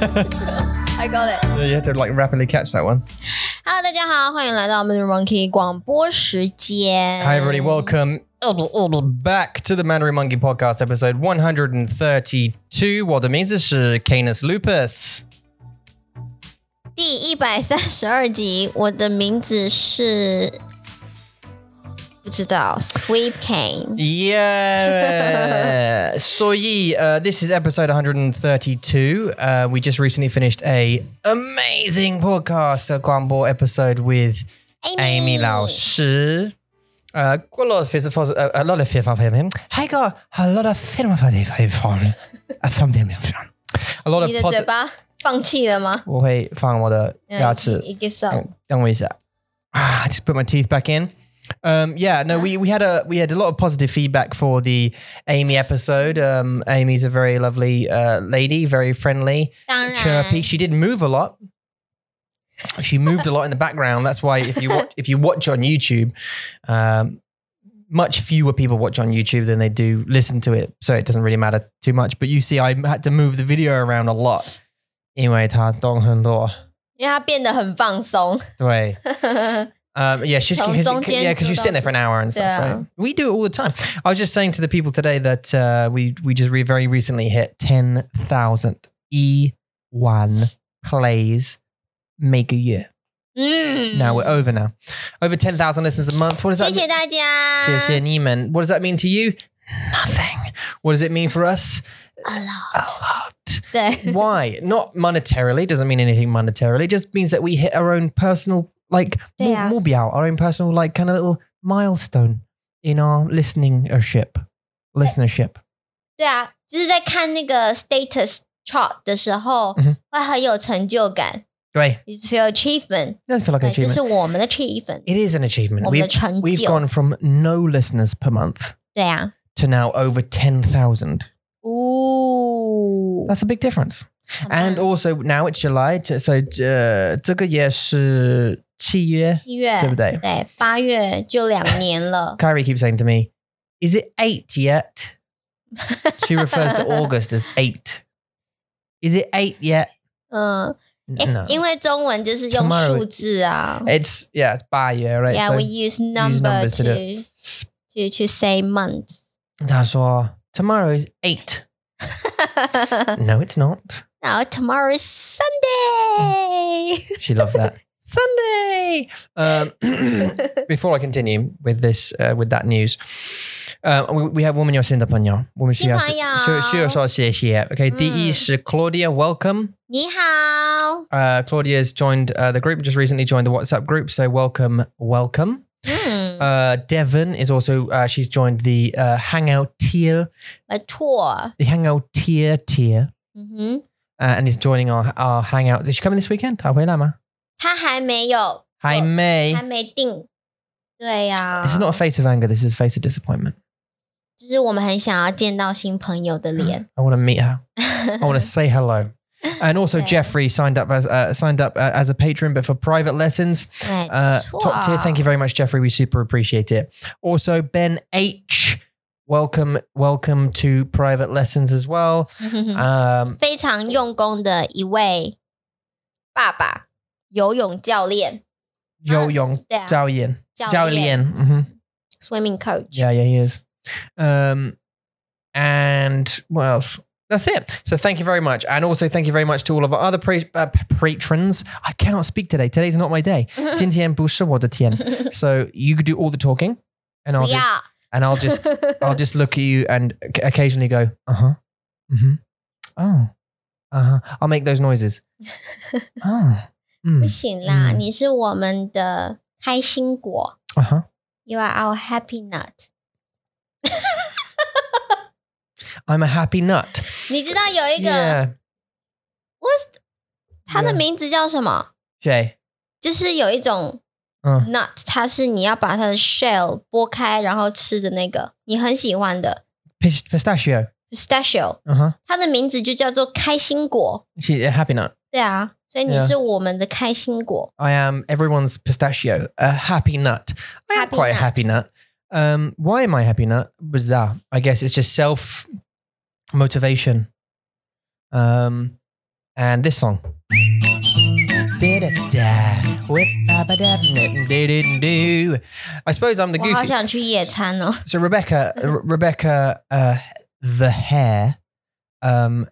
I got it. Uh, You had to like rapidly catch that one. Hello，大家好，欢迎来到我们的 Monkey 广播时间。 Hi, everybody. Welcome back to the Mandarin Monkey Podcast, episode 132. What it means is uh, Canis Lupus. 第一百三十二集，我的名字是不知道 Sweep Cane。 Yeah. so, ye, uh, this is episode 132. Uh, we just recently finished a amazing podcast, a Guangbo episode with Amy 老师. Uh, a lot of fizz- fuzz- a a lot of fizz from him. Hey, got a lot of film from him. From from him. A lot of 你的嘴 positive. 巴放弃了吗？我会放我的牙齿。 It gives up. 嗯等我一下。Ah, I just put my teeth back in. Um, yeah, no, we, we had a we had a lot of positive feedback for the Amy episode. Um, Amy's a very lovely uh, lady, very friendly, 当然 chirpy. She did move a lot. She moved a lot in the background. That's why if you watch, if you watch on YouTube, um, much fewer people watch on YouTube than they do listen to it. So it doesn't really matter too much. But you see, I had to move the video around a lot. 因为她动很多。因为他变得很放松。 对。Um, yeah, she's 从 cause, 中间 yeah, because you're 做到 sitting there for an hour and stuff. Yeah. Right? We do it all the time. I was just saying to the people today that uh, we we just re- very recently hit ten thousand e one plays make a year. 嗯 Now we're over now, over ten thousand listens a month. What does that? 谢谢 mean? 大家。谢谢 Neiman. What does that mean to you? Nothing. What does it mean for us? A lot. A lot. 对， Why? Not monetarily. Doesn't mean anything monetarily. Just means that we hit our own personal, like, more Yeah. our own personal, like, kind of little milestone in our listening listenership. Listenership. 对啊，就是在看那个 status chart 的时候，嗯哼会很有成就感。 Right. You just feel achievement， It doesn't feel like an 对，这 achievement. 是我们的 achievement， It is an achievement. 我们的 We've, 成 we've 就。 gone from no listeners per month 对啊， to now over 10,000. 哦， That's a big difference. 好吧 And also, now it's July. t- So, uh, 这个也是七月。七月对不对。对，八月就两年了 Kyrie keeps saying to me, "Is it eight yet?" she refers to August as eight. Is it eight yet? 嗯，诶 no, 因为中文就是用 Tomorrow- 数字啊。 it's yeah, it's by year, right? Yeah, so we use number numbers to do to to to say months. that's all. Tomorrow is eight. No, it's not. Now tomorrow is Sunday. She loves that Sunday. Um, before I continue with this, uh, with that news, uh, we, we have woman 要新的朋友，新朋友。我们需要需需要说谢谢。Okay, 嗯。第一是 Claudia, welcome. 你好， Uh, Claudia's joined uh, the group, just recently joined the WhatsApp group. So welcome, welcome. 嗯， Uh, Devon is also, uh, she's joined the uh, Hangout tier, 没错， the Hangout tier tier, 嗯哼， uh, and is joining our, our Hangouts. Is she coming this weekend? 她回来吗？他还没有，还没。还没定。对呀、 This is not a face of anger, this is a face of disappointment. 就是我们很想要见到新朋友的脸。 I want to meet her. I want to say hello. And also, Yeah. Jeffrey signed up as uh, signed up uh, as a patron, but for private lessons. 没 Uh, 错 top tier. Thank you very much, Jeffrey. We super appreciate it. Also, Ben H. Welcome, welcome to private lessons as well. Um, 非常用功的一位爸爸游泳教练，Ah, Yo Yong 对啊， Zhao Yin, 教 Zhao 练 Lian. hmm swimming coach， Yeah, yeah, he is. Um, and what else? That's it. So thank you very much, and also thank you very much to all of our other pre- uh, patrons. I cannot speak today. Today's not my day. 今天不是我的天. so you could do all the talking, and I'll 不要 just and I'll just I'll just look at you and c- occasionally go, uh huh, mm-hmm, oh, uh huh. I'll make those noises. oh, 不 mm, 行啦，嗯你是我们的开心果 uh huh. ，You are our happy nut。 I'm a happy nut. 你知道有一个 Yeah, What's 它的 Yeah 名字叫什么？ Jay. 就是有一种嗯 nut，它是你要把它的 shell 剥开然后吃的那个，你很喜欢的 Pist- pistachio. pistachio， Uh huh. 它的名字就叫做开心果。 She's a happy nut. 对啊，所以你 Yeah 是我们的开心果。 I am everyone's pistachio. A happy nut. I am Happy quite a nut. happy nut. Um, why am I a happy nut? Bizarre. I guess it's just self motivation. Um, and this song. I suppose I'm the 我好 goofy. 想去野餐哦。 So Rebecca, Re- Rebecca, uh, the hair, um,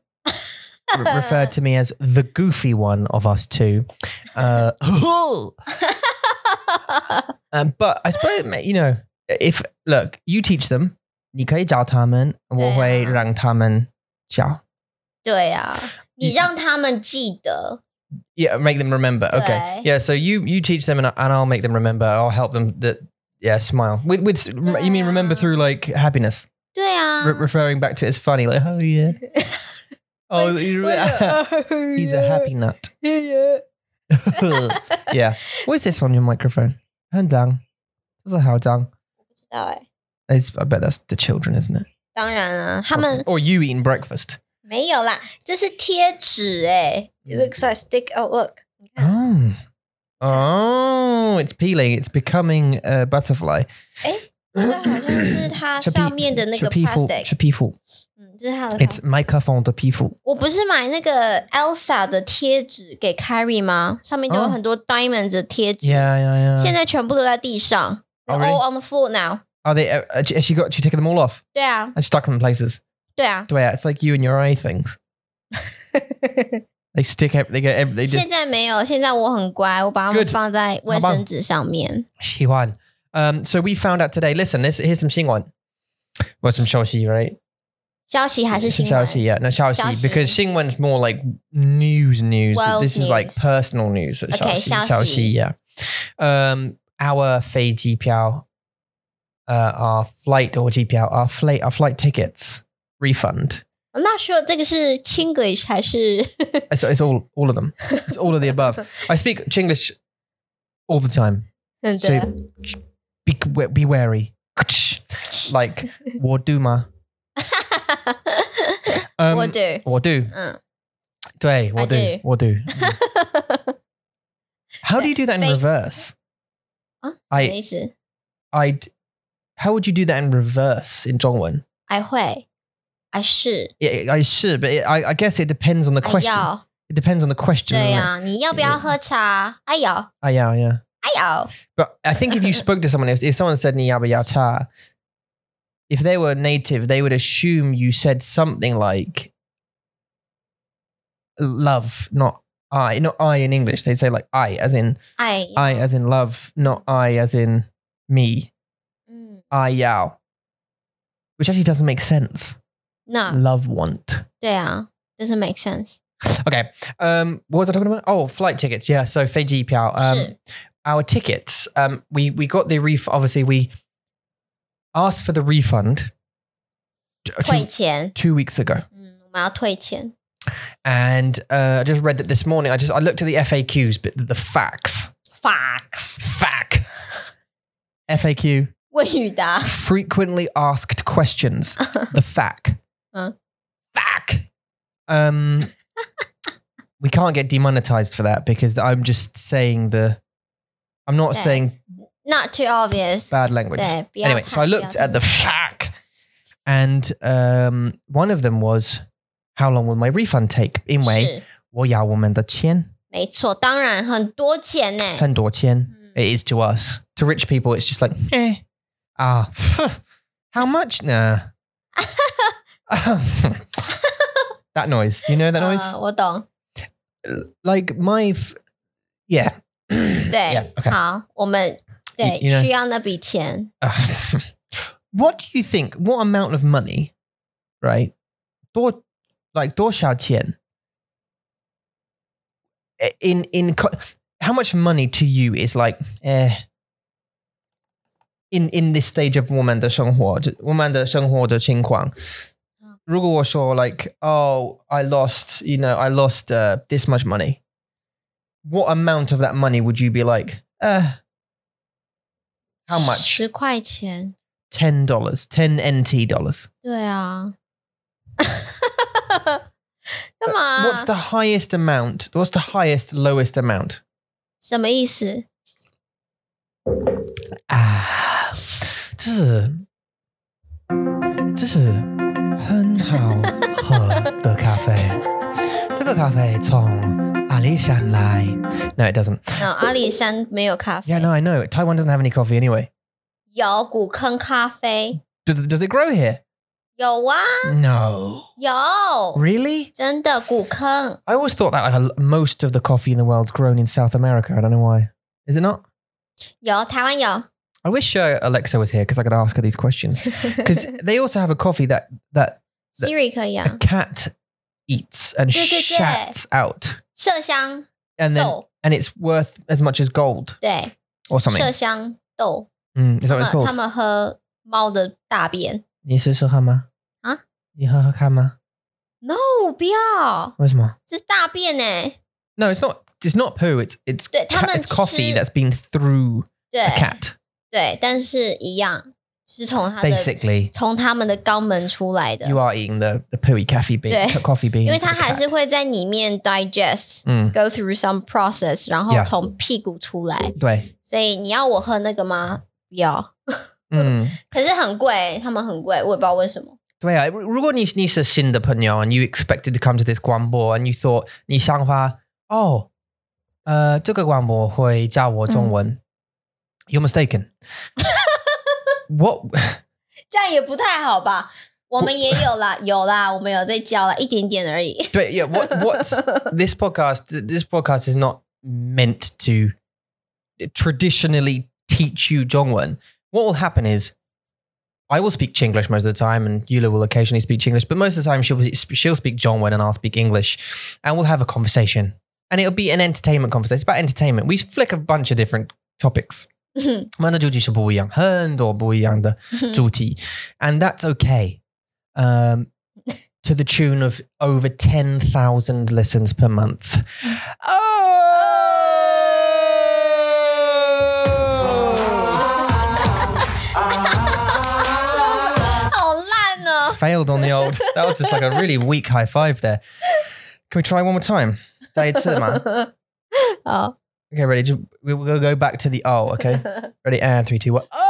re- referred to me as the goofy one of us two. Uh, um, but I suppose you know if look, you teach them. 你可以教他们，我会让他们教。对啊，你你让他们记得。 Yeah, make them remember. Okay. Right. Yeah. So you you teach them, and, I- and I'll make them remember. I'll help them. That yeah, smile with with. You mean remember Yeah. through like happiness, 对啊， Re- referring back to it as funny, like oh yeah. Oh, you- um, he's a happy nut. yeah. What's this on your microphone? How down? This is how down. 知道哎， It's, I bet that's the children, isn't it? 当然啊，他们 or, or you eating breakfast. 没有啦，这是贴纸哎。It looks like stick. Oh look，你看， Oh. Oh, it's peeling. It's becoming a butterfly. 这嗯个好像是 它 Chapi- 上面的那个 chapi- plastic， chapi- 嗯，这是它的 plastic。 It's microphone the people. 我不是买那个 Elsa 的贴纸给 Carrie 吗？上面都有哦很多 diamonds 的贴纸 Yeah, yeah, yeah. 现在全部都在地上、 Oh, They're really? all on the floor now。 Are they? Uh, uh, she she got. She taken them all off 对啊， and stuck them in places. 对啊， Yeah, it's like you and your eye things. They stick. ev- They get. ev- They 现 just. 在没有，现在我很乖，我把它们 Good 放在卫生纸上面。 She won. Um, so we found out today. Listen, this here's some Xingwan. Well, some Shaoxi, right? 消息还是 Some 新闻 Shaoxi, yeah. No, Shaoxi. Shaoxi. Because Xingwan's more like news news. World this is like news. personal news. at Okay, Shaoxi, Shaoxi. Shaoxi, yeah. Um, our Fei Ji Piao, uh, our flight or Ji Piao, our flight, our flight tickets refund. I'm not sure 这个是 Chinglish 还 是 It's, it's all, all of them. It's all of the above. I speak Chinglish all the time. 真所以的？ be, be wary. Like, Warduma. Um, 我对，我 do. 嗯，对，我 I do. do. 我 do. How do you do that in Face. reverse? 啊，什么 I 意思？ I How would you do that in reverse in 中文?还会，还是 Yeah, I should, but it, I, I guess it depends on the 还 question. 要？ It depends on the question. 对 doesn't it? 呀、你要不要喝茶？哎呦，哎 Ah, yeah, yeah. 呦， But I think if you spoke to someone, if, if someone said "Niyaba Yata, if they were native, they would assume you said something like love, not I, not I in English. They'd say like I as in 哎呦， I as in love, not I as in me. 嗯 I yao. Which actually doesn't make sense. ，no， Love want. 对啊，doesn't make sense。 Okay. Um what was I talking about? Oh, flight tickets. Yeah, so Fiji Piao. Um Shit. our tickets. Um we we got the ref obviously we asked for the refund t- uh, 退 two, 钱， two weeks ago. 嗯，我们要退 钱。 And uh, I just read that this morning. I just I looked at the FAQs, but the, the facts. Fox， Fac. FAQ. 问语答， frequently asked questions. the FAQ. Huh? FAQ. Um, we can't get demonetized for that because I'm just saying the. I'm not Yeah. saying Not too obvious。 bad language. 对，不要 Anyway, 看 so I 不要 looked 看 at the FAQ, and um, one of them was, "How long will my refund take?" 因为是我要我们的钱很多钱。没错，当然很多钱呢。 嗯 It is to us. To rich people, it's just like, eh, ah, how much? Nah. that noise. Do you know that noise? 呃我懂。 like my, f- yeah. 对 Yeah, okay. 好，我们对 You- you know- 需要那笔钱。 Ugh. what do you think? What amount of money, right? 多, like 多少钱? eh, In in co- how much money to you is like eh? In in this stage of 我们的生活，我们的生活的情况。如果我说 like oh I lost you know I lost uh, this much money, what amount of that money would you be like uh how much 十块钱。 ten dollars, ten NT dollars. 对啊。 干嘛？ What's the highest amount? What's the highest lowest amount? 什么意思？ Ah, 这是这是很好喝的咖啡。这个咖啡从阿里山来。No, it doesn't. No, 哦阿里山没有咖啡 Yeah, no, I know. Taiwan doesn't have any coffee anyway. 有古坑咖啡， Does, does it grow here? 有啊， No. 有 Really? 真的古坑 I always thought that like, most of the coffee in the world's grown in South America. I don't know why. Is it not? 有，台湾有， I wish uh, Alexa was here because I could ask her these questions. Because they also have a coffee that that Siri 可以 a 啊， cat eats and Oh. Yeah, yeah, yeah. Oh. shats out, 麝香 and then 豆， and it's worth as much as gold 对， or something. 麝香豆， Mm, is that what it's 那 called? 他们喝猫的大便你试试看吗？啊？？No，不要，你喝喝看吗？为什么？No, 这是大便欸呢， it's not. It's not poo. It's it's ca- 对，他们 it's coffee 吃- that's been through 对 a cat 对，但是一样是从它的 basically. 从他们的肛门出来的， You are eating the the pooey coffee bean 对。 coffee bean. 因为它还是会在里面 digest。Go through some process，然后嗯 Yeah 从屁股出来所以你要我喝那个吗？不要，对，嗯，对啊。如果你你是新的朋友可是很贵，他们很贵，我也不知道为什么。 and you expected to come to this 广播 and you thought 你想法哦，呃，这个广播会教我中文、，you're mistaken. what 这样也不太好吧？我们也有啦，有啦，我们有在教啦，一点点而已。 But yeah, what what's this podcast? th- This podcast is not meant to traditionally teach you Zhongwen. What will happen is, I will speak Chinglish most of the time, and Yula will occasionally speak Chinglish, but most of the time she'll she'll speak Zhongwen and I'll speak English, and we'll have a conversation, and it'll be an entertainment conversation It's about entertainment. We flick a bunch of different topics. 我们的主题是不一样，很多不一样的主题, and that's okay. Um, to the tune of over 10,000 listens per month. Oh! 好烂哦！ Failed on the old. That was just like a really weak high five there. Can we try one more time? Day cinema. 好， Okay, ready? Ju- we- We'll go back to the oh, okay? Ready? And three, two, one. Oh!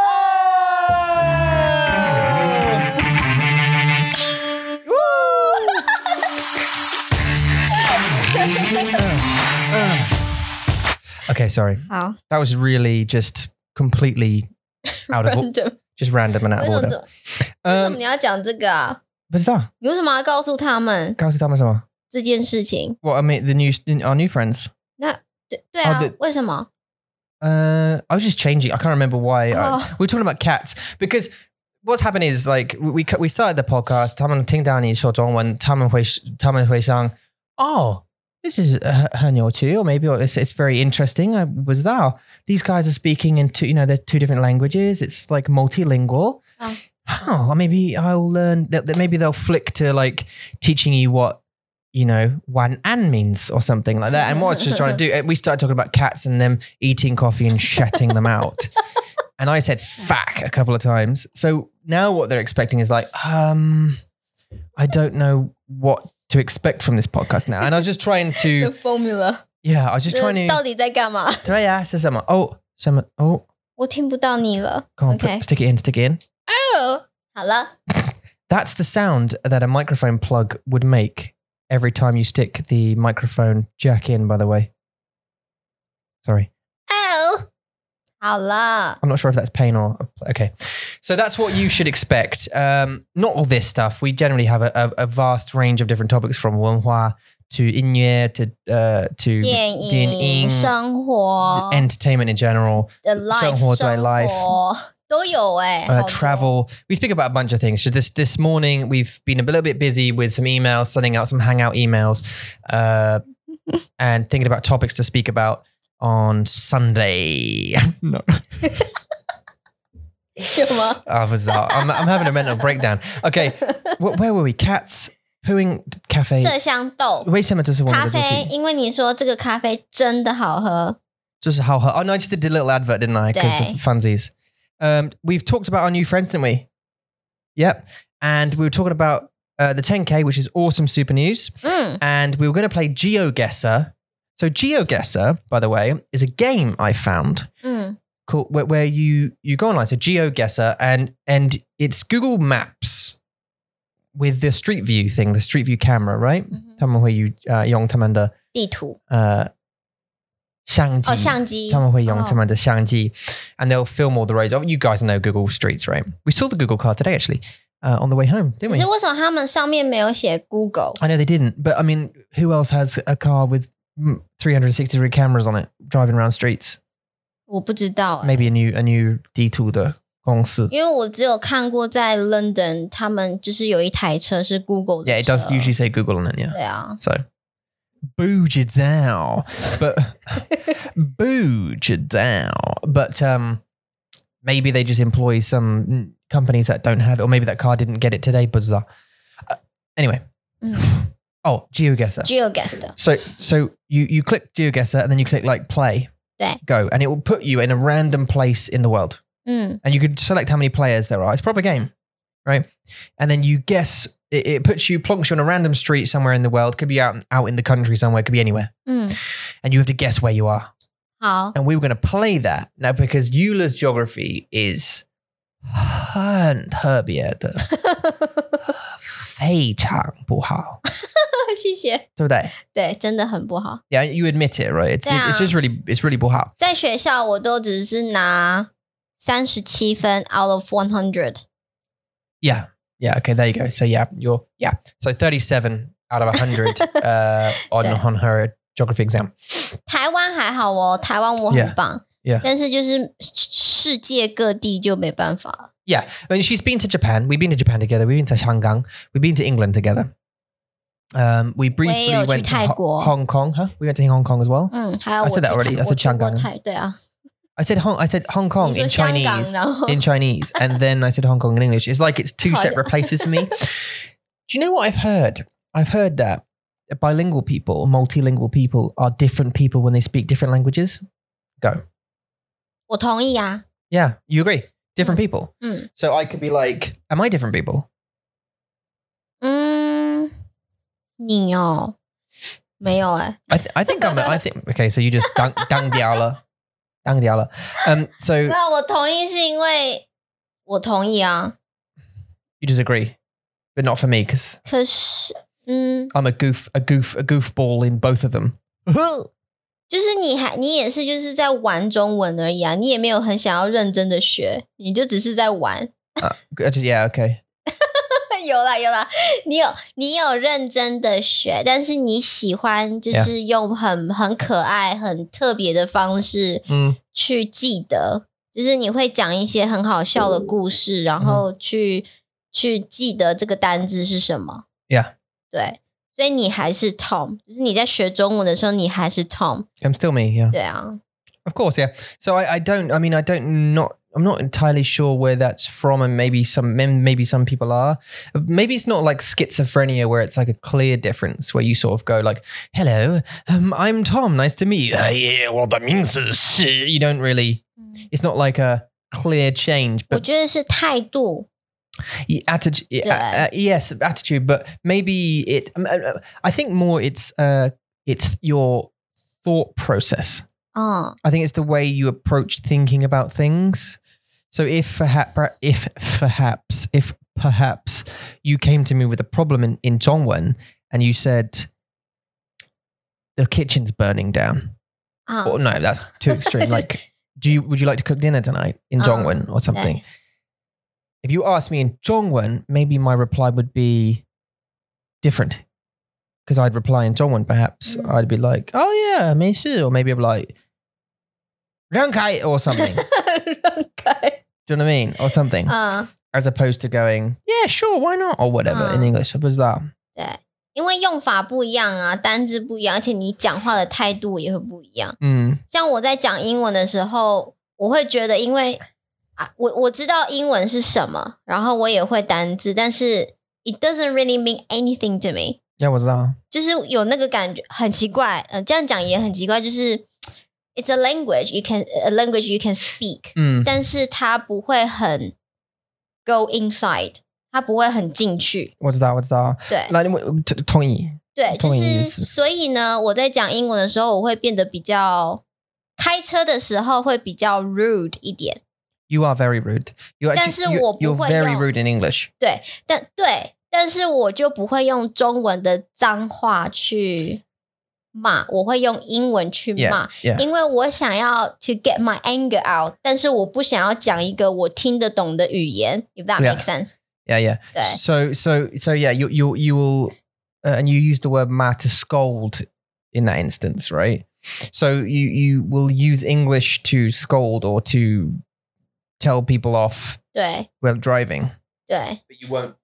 Okay, sorry. 好， That was really just completely out of 为什 just random and out of 么 order. 怎为什么 Um, 你要讲这个啊？ bizarre. 你为什么要告诉他们告诉他们什么？这件事情？ Well, I mean, the new our new friends. 对对啊哦对，为什么？ Uh, I was just changing. I can't remember why. I- Oh. we were talking about cats because what's happened is like we we, we started the podcast. 他们听到你说中文，他们会他们会想 oh this is uh, 很有趣 or maybe it's it's very interesting. I was that these guys are speaking in two you know they're two different languages. It's like multilingual. Oh. Oh, maybe I'll learn that, that maybe they'll flick to like teaching you what you know one an means or something like that. And what I was just trying to do, eh, we started talking about cats and them eating coffee and shutting them out. And I said "fuck" a couple of times. So now what they're expecting is like, um, I don't know what to expect from this podcast now. And I was just trying to, formula yeah, I was just 这 trying 到 to. 底在干嘛？ 对呀，是什么？Oh, 什么？Oh, 我听不到你了。 come on, put- Okay. stick it in, stick it in. 好了， That's the sound that a microphone plug would make every time you stick the microphone jack in, by the way. Sorry. Oh 好了， I'm not sure if that's pain or. Okay. So that's what you should expect. Um, not all this stuff. We generally have a, a, a vast range of different topics from Wenhua to Inye to, uh, to 电影、电影生活、 entertainment in general. the life 生活对生活都有哎、好 uh, 多 travel. We speak about a bunch of things. So this this morning we've been a little bit busy with some emails, sending out some hangout emails, uh, and thinking about topics to speak about on Sunday. no, 什么？ I was I'm, I'm having a mental breakdown. Okay, Wh- where were we? Cats pooing cafe. 麝香豆 Wait, someone does 咖啡，因为你说这个咖啡真的好喝， Just how her. Oh no, I just did a little advert, didn't I? Because of Day. funsies. Um, we've talked about our new friends, didn't we? Yep. And we were talking about uh, the 10K, which is awesome super news. 嗯， And we were going to play GeoGuessr. So GeoGuessr, by the way, is a game I found 嗯， called, where, where you you go online. So GeoGuessr, and and it's Google Maps with the Street View thing, the Street View camera, right? uh, 他们会有呃用他们的嗯地图呃相机，哦，相机他们会用哦他们的相机，and they'll film all the roads. Oh, you guys know Google Streets, right? We saw the Google car today actually uh, on the way home, 可 didn't 是 we? 为什么他们上面没有写 Google？ I know they didn't, but I mean, who else has a car with mm, 360 degree cameras on it driving around streets? 我不知道、欸 Maybe a new a new detour 的公司。因为我只有看过在 London，他们就是有一台车是 Google 的 Yeah, it does 车 usually say Google on it. Yeah. 对啊， So Boojadal. But Boojadal. But um maybe they just employ some mm, companies that don't have it, or maybe that car didn't get it today, bizarre. Uh, anyway. Mm. Oh, GeoGuessr. GeoGuess 的， so so you you click GeoGuessr and then you click like play. Yeah. Go. And it will put you in a random place in the world 嗯 and you could select how many players there are. It's a proper game, right? And then you guess. It, it puts you, plonks you on a random street somewhere in the world. Could be out out in the country somewhere. Could be anywhere. 嗯， And you have to guess where you are. 好， And we were going to play that now because Eula's geography is 很特别的，非常不好，对不对？谢谢。对，真的很不好。 Yeah, you admit it, right? It's Yeah. it's just really it's really 不好。在学校我都只是拿三十七分 out of one hundred， Yeah, yeah. Okay, there you go. So yeah, you're yeah. So thirty-seven out of hundred uh, on Yeah. on her geography exam. 台湾还好哦，台湾我很 Yeah. 棒 Yeah. 但是就是世界各地就没办法了。 Yeah, I mean, she's been to Japan. We've been to Japan together. We've been to Shangang. We've been to England together. Um, we briefly 我也有去 went to Ho- 泰国。 Hong Kong. Huh? We went to Hong Kong as well. 嗯，还有 I 我 said 去 that 台 already. I said 我去过 Shangang. 台，对啊， I said Hong. I said Hong Kong 你说 in 香港， Chinese. 然 后 In Chinese, and then I said Hong Kong in English. It's like it's two Oh, yeah. separate places for me. Do you know what I've heard? I've heard that bilingual people, multilingual people, are different people when they speak different languages. 我同意啊， Yeah, you agree. Different people. Mm. So I could be like, am I different people? 嗯，你哦，没有哎、 I, th- I think I'm. I think okay. So you just dang dang diala, dang diala. Um. So 那啊我同意是因为我同意啊， you just agree, but not for me because 可是嗯， I'm a goof, a goof, a goofball in both of them. 就是你还你也是就是在玩中文而已啊，你也没有很想要认真的学，你就只是在玩。 Good, yeah. Okay. 有啦有啦，你有你有认真的学，但是你喜欢就是用很很可爱、很特别的方式 Mm, 去记得，就是你会讲一些很好笑的故事，然后去、去记得这个单字是什么。 Yeah. 对，所以你还是 Tom，就是你在学中文的时候，你还是 Tom。 I'm still me. Yeah. 对啊， Of course. Yeah. So I, I don't. I mean, I don't not. I'm not entirely sure where that's from, and maybe some maybe some people are. Maybe it's not like schizophrenia, where it's like a clear difference, where you sort of go like, "Hello, um, I'm Tom. Nice to meet you." "Uh, yeah, well, that means uh, this." You don't really. It's not like a clear change, 我 but 觉得是态度。 attitude. Yeah. yes, attitude, but maybe it. um, uh, I think more it's uh, it's your thought process. 嗯 I think it's the way you approach thinking about things. So if perhaps, if perhaps, if perhaps you came to me with a problem in, in Zhongwen and you said, the kitchen's burning down. 啊， Or no, that's too extreme. like, do you, would you like to cook dinner tonight in Ah, Zhongwen or something? If you asked me in Zhongwen, maybe my reply would be different. Because I'd reply in Zhongwen, perhaps. Mm. I'd be like, oh yeah, me too. Or maybe I'd be like, Rankai or something. Do 让开。 you know what I mean? Or something. 嗯， As opposed to going, yeah, sure, why not? Or whatever in Ah. English. What was that? 因为用法不一样啊，单字不一样，而且你讲话的态度也会不一样。 Mm. 像我在讲英文的时候，我会觉得，因为啊，我我知道英文是什么，然后我也会单字，但是 it doesn't really mean anything to me。 Yeah, what's that? 就是有那个感觉，很奇怪。呃，这样讲也很奇怪，就是 it's a language you can 呃 a language you can speak，、 Mm. 但是它不会很 go inside，它不会很进去。 What's that? What's that? 对 Like, t- Tongi. 对，就同意意是思所以呢，我在讲英文的时候，我会变得比较开车的时候会比较 rude 一点。 You are very rude. You're actually, 但是我不 you, are 会 very 用。 rude in English. 但对，但是我就不会用中文的脏话去骂，我会用英文去骂 Yeah, yeah. 因为我想要 to get my anger out，但是我不想要讲一个我听得懂的语言，if that Yeah. makes sense。 Yeah, yeah. There. So, so, so, yeah. You, you, you will, uh, and you use the word ma to scold in that instance, right? So you, you will use English to scold or to tell people off 对 while driving. 对， But you won't.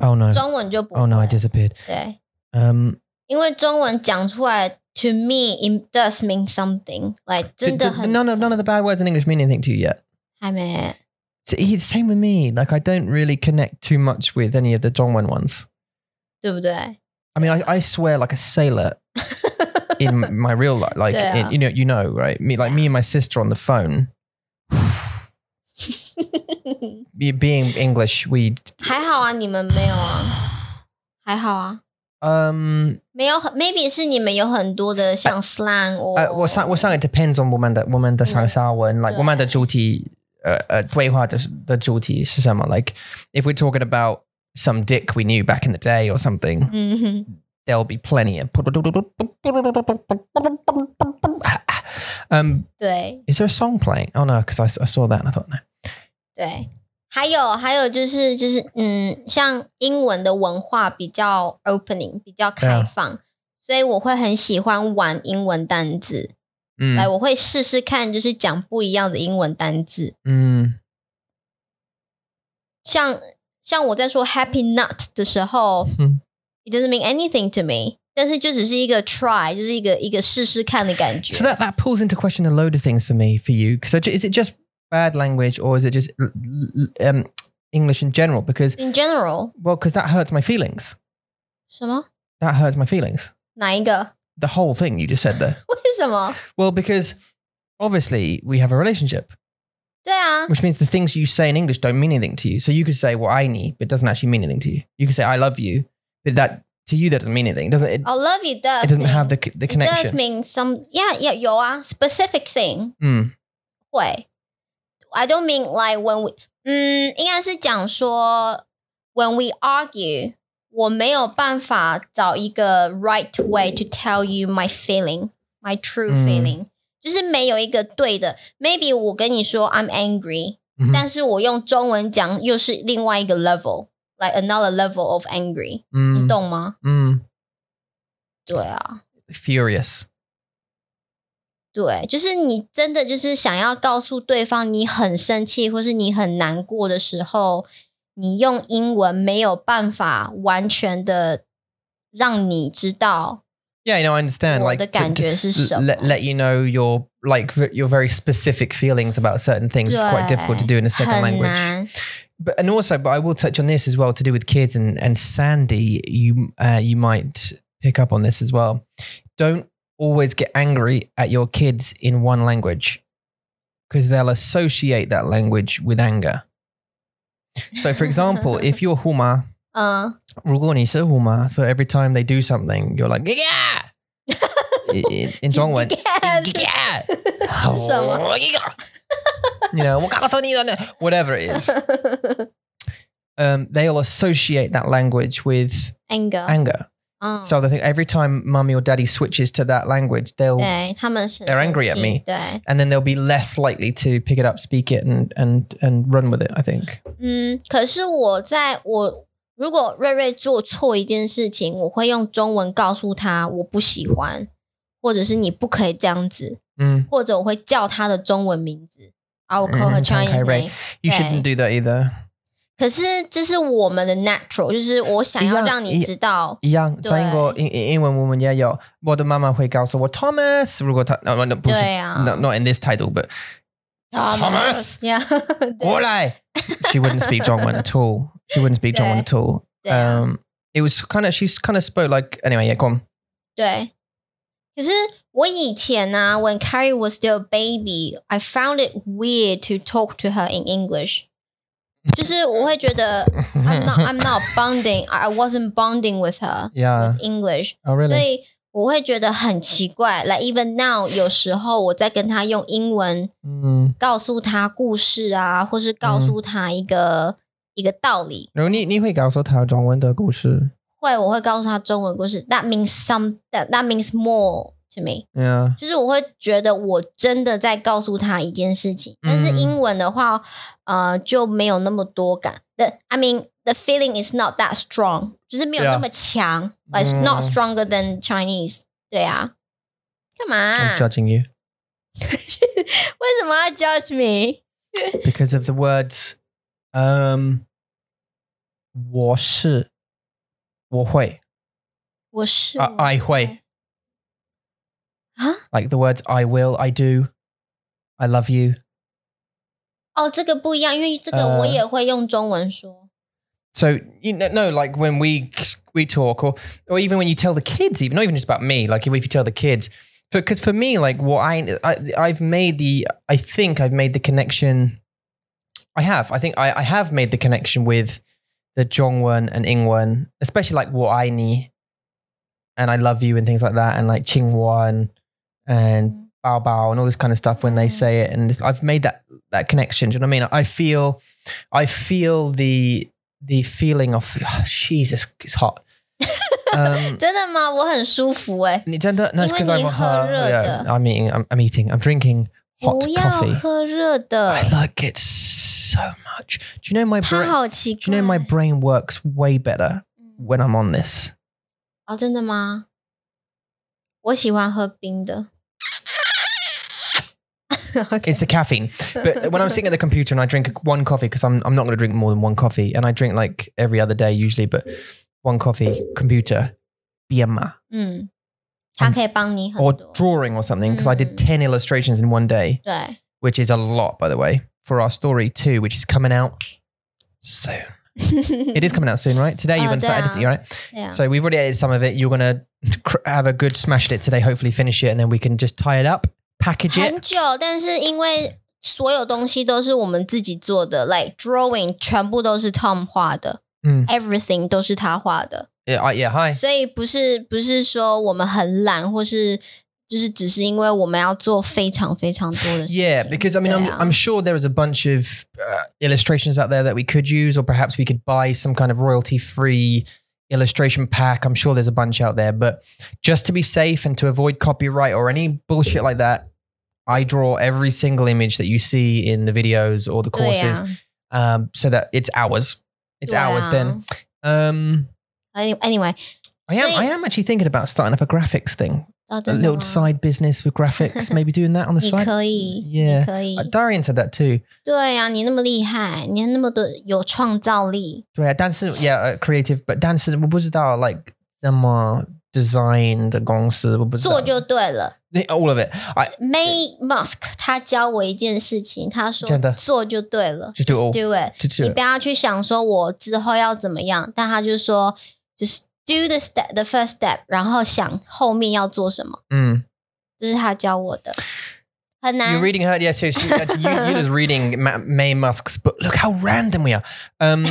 Oh no! 中文就不 Oh no! I 会 disappeared. 对， Um, 因为中文讲出来，to me it does mean something，like d- 真的 d- 很 none of none of the bad words in English mean anything to you yet. 还没 It's, it's same with me. Like I don't really connect too much with any of the Zhongwen ones. 对不对？ I mean, I, I swear like a sailor in my real life. Like Yeah. in, you know, you know, right? Me, like me and my sister on the phone. Be- Being English, we 还好啊，你们没有啊，还好啊， um. 没有很，maybe 是你们有很多的像 slang 哦、 Uh, 呃我上我上 it depends on 我们的我们的上下文 like 对。uh, 我们的主题呃呃对话的的主题是什么 like if we're talking about some dick we knew back in the day or something 嗯哼， there'll be plenty of um 对 is there a song playing oh no because I, s- I saw that and I thought no 对，还有还有就是就是嗯，像英文的文化比较 opening，比较开嗯放。所以我会很喜欢玩英文单字， Mm, 来，我会试试看，就是讲不一样的英文单字。 mm, 像像我在说 happy nut 的时候、嗯 i t doesn't mean anything to me，但是就只是一个 try，就是一个一个试试看的感觉。 so that that pulls into question a load of things for me for you because is it just bad language or is it just l- l- l- um English in general because In general， Well, because that hurts my feelings. 什么？ That hurts my feelings. 哪一个？ The whole thing you just said there. 为什么？ well, because obviously we have a relationship, 对啊， which means the things you say in English don't mean anything to you. So you could say what I need, but it doesn't actually mean anything to you. You could say I love you, but that to you that doesn't mean anything. It doesn't it, I Oh, love you does. it doesn't mean- have the c- the it does connection. mean some yeah yeah 有啊 specific thing 嗯会。I don't mean like when we 嗯，应该是讲说 when we argue，我没有办法找一个 right way to tell you my feeling, my true 嗯 feeling，、就是没有一个对的。Maybe 我跟你说 I'm angry，、嗯哼但是我用中文讲又是另外一个 level，like another level of angry，、你嗯懂吗？嗯对啊。mm. ，furious. 对，就是你真的就是想要告诉对方你很生气或是你很难过的时候，你用英文没有办法完全的让你 知道 Yeah, you know I understand. 我 Like 的 to- 感 to 觉是 l- 什么。 let let you know your like v- your very specific feelings about certain things is quite difficult to do in a 对 second 很 language. 难， but and also, but I will touch on this as well to do with kids and and Sandy. You uh, you might pick up on this as well. Don't always get angry at your kids in one language because they'll associate that language with anger. So, for example, if you're Huma, 嗯， Rugoni so Huma, so every time they do something, you're like yeah. in in Zhongwen, 是 yeah. 什么？ you know, whatever it is. um, they'll associate that language with anger， anger. 嗯， So they think every time mummy or daddy switches to that language, they'll 对他们是 They're angry at 生气 me. 对， and then they'll be less likely to pick it up, speak it, and and and run with it. I think. 嗯，可是我在我如果瑞瑞做错一件事情，我会用中文告诉他我不喜欢，或者是你不可以这样子， Mm. 或者我会叫他的中文名字。啊，我 call her 嗯 Chinese ，OK，right name。 You Yeah. shouldn't do that either. 可是这是我们的 natural，就是我想一要样让你一知道，对。一样，在英国英英文我们也有，我的妈妈会告诉我 Thomas，如果他 no no 不是对啊。 no not in this title but 哎 Thomas Yeah，对 过来 she wouldn't speak Zhongwen at all she wouldn't speak 对。 Zhongwen at all 对啊 um it was kind of she's kind of spoke like anyway yeah go on 对。可是我以前呢、w h e n Carrie was still a baby, I found it weird to talk to her in English。就是我会觉得 I'm not I'm not bonding. I I wasn't bonding with her yeah with English，、 oh 所 really 以我会觉得很奇怪。Like even now，有时候我在跟她用英文 Mm, 告诉她故事啊，或是告诉她一个一个道理。然后你你会告诉他中文的故事会，我会告诉他中文故事。That means some. That that means more to me。 ，Yeah，就是我会觉得我真的在告诉他一件事情，但是嗯英文的话，呃，就没有那么多感。The I mean the feeling is not that strong，就是没有 Yeah 那么强。Like it's not 啊嗯 stronger than Chinese。对啊，干嘛、啊 I'm judging you 为什么要 judge me？ because of the words. Um, 我是，我会我是啊，I 会啊。 like the words I will, I do, I love you. 哦，这个不一样，因为这呃个我也会用中文说。 So you know, no, like when we we talk, or or even when you tell the kids, even not even just about me, like if you tell the kids, because for me, like what I, I I've made the I think I've made the connection. I have, I think I, I have made the connection with the Zhongwen and Ingwen, especially like what I need, and I love you and things like that, and like Qinghua and and Bao Bao and all this kind of stuff when they Mm. say it. And it's- I've made that that connection. Do you know what I mean? I feel, I feel the the feeling of oh, Jesus, it's hot. um, 真的吗？我很舒服哎、 Nintendo, no, because I'm a her. 因为你喝热 Yeah, 的。I'm eating. I'm, I'm eating. I'm drinking hot 哎不要 coffee. 喝热 I 的， like it so much. Do you know my 它 brain? 好奇 Do 怪。嗯 you know my brain works way better when I'm on this? 哦，真的吗？我喜欢喝冰的。OK It's the caffeine. But when I'm sitting at the computer and I drink one coffee, because I'm, I'm not going to drink more than one coffee, and I drink like every other day usually, but one coffee, computer, BMA, 嗯，它可以帮你 or 很多。 drawing or something, because I did Mm. 10 illustrations in one day, 对， which is a lot, by the way, for our story too, which is coming out soon. It is coming out soon, right? Today you're Oh, going to start damn. editing, right? 对啊， So we've already edited some of it. You're going to cr- have a good smash at it today, hopefully finish it, and then we can just tie it up, package it. 很久，但是因为所有东西都是我们自己做的，like drawing 全部都是 Tom 画的嗯哎，everything 都是他画的。 Yeah, I, yeah, hi. 所以不是不是说我们很懒，或是就是只是因为我们要做非常非常多的事情。 Yeah, because I mean, 对 I'm, 啊 I'm sure there is a bunch of uh, illustrations out there that we could use, or perhaps we could buy some kind of royalty free illustration pack. I'm sure there's a bunch out there, but just to be safe and to avoid copyright or any bullshit like that, I draw every single image that you see in the videos or the 对 courses 啊 um, so that it's ours. It's 对啊 ours then. Um, Any- Anyway， I am, So- I am actually thinking about starting up a graphics thing, 到这 a little side business with graphics, maybe doing that on the 你 side. 可以 Yeah 你可以 Uh,，Darian said that too. 对啊，你那么厉害，你那么多有创造力，对啊，但是 yeah uh, creative, but 但是我不知道 like 怎么 design 的公司，我不知道做就对了。 all of it. I May Musk 他教我一件事情，他说真的哦做就对了 Just do ，just all do it。 to 你 do 不要去想说我之后要怎么样，但他就说 just do the step the first step，然后想后面要做什么，这是他教我的，很 You're 难。 reading her, yeah. So she, actually, you, you're just reading Ma- May Musk's book. Look how random we are. Um,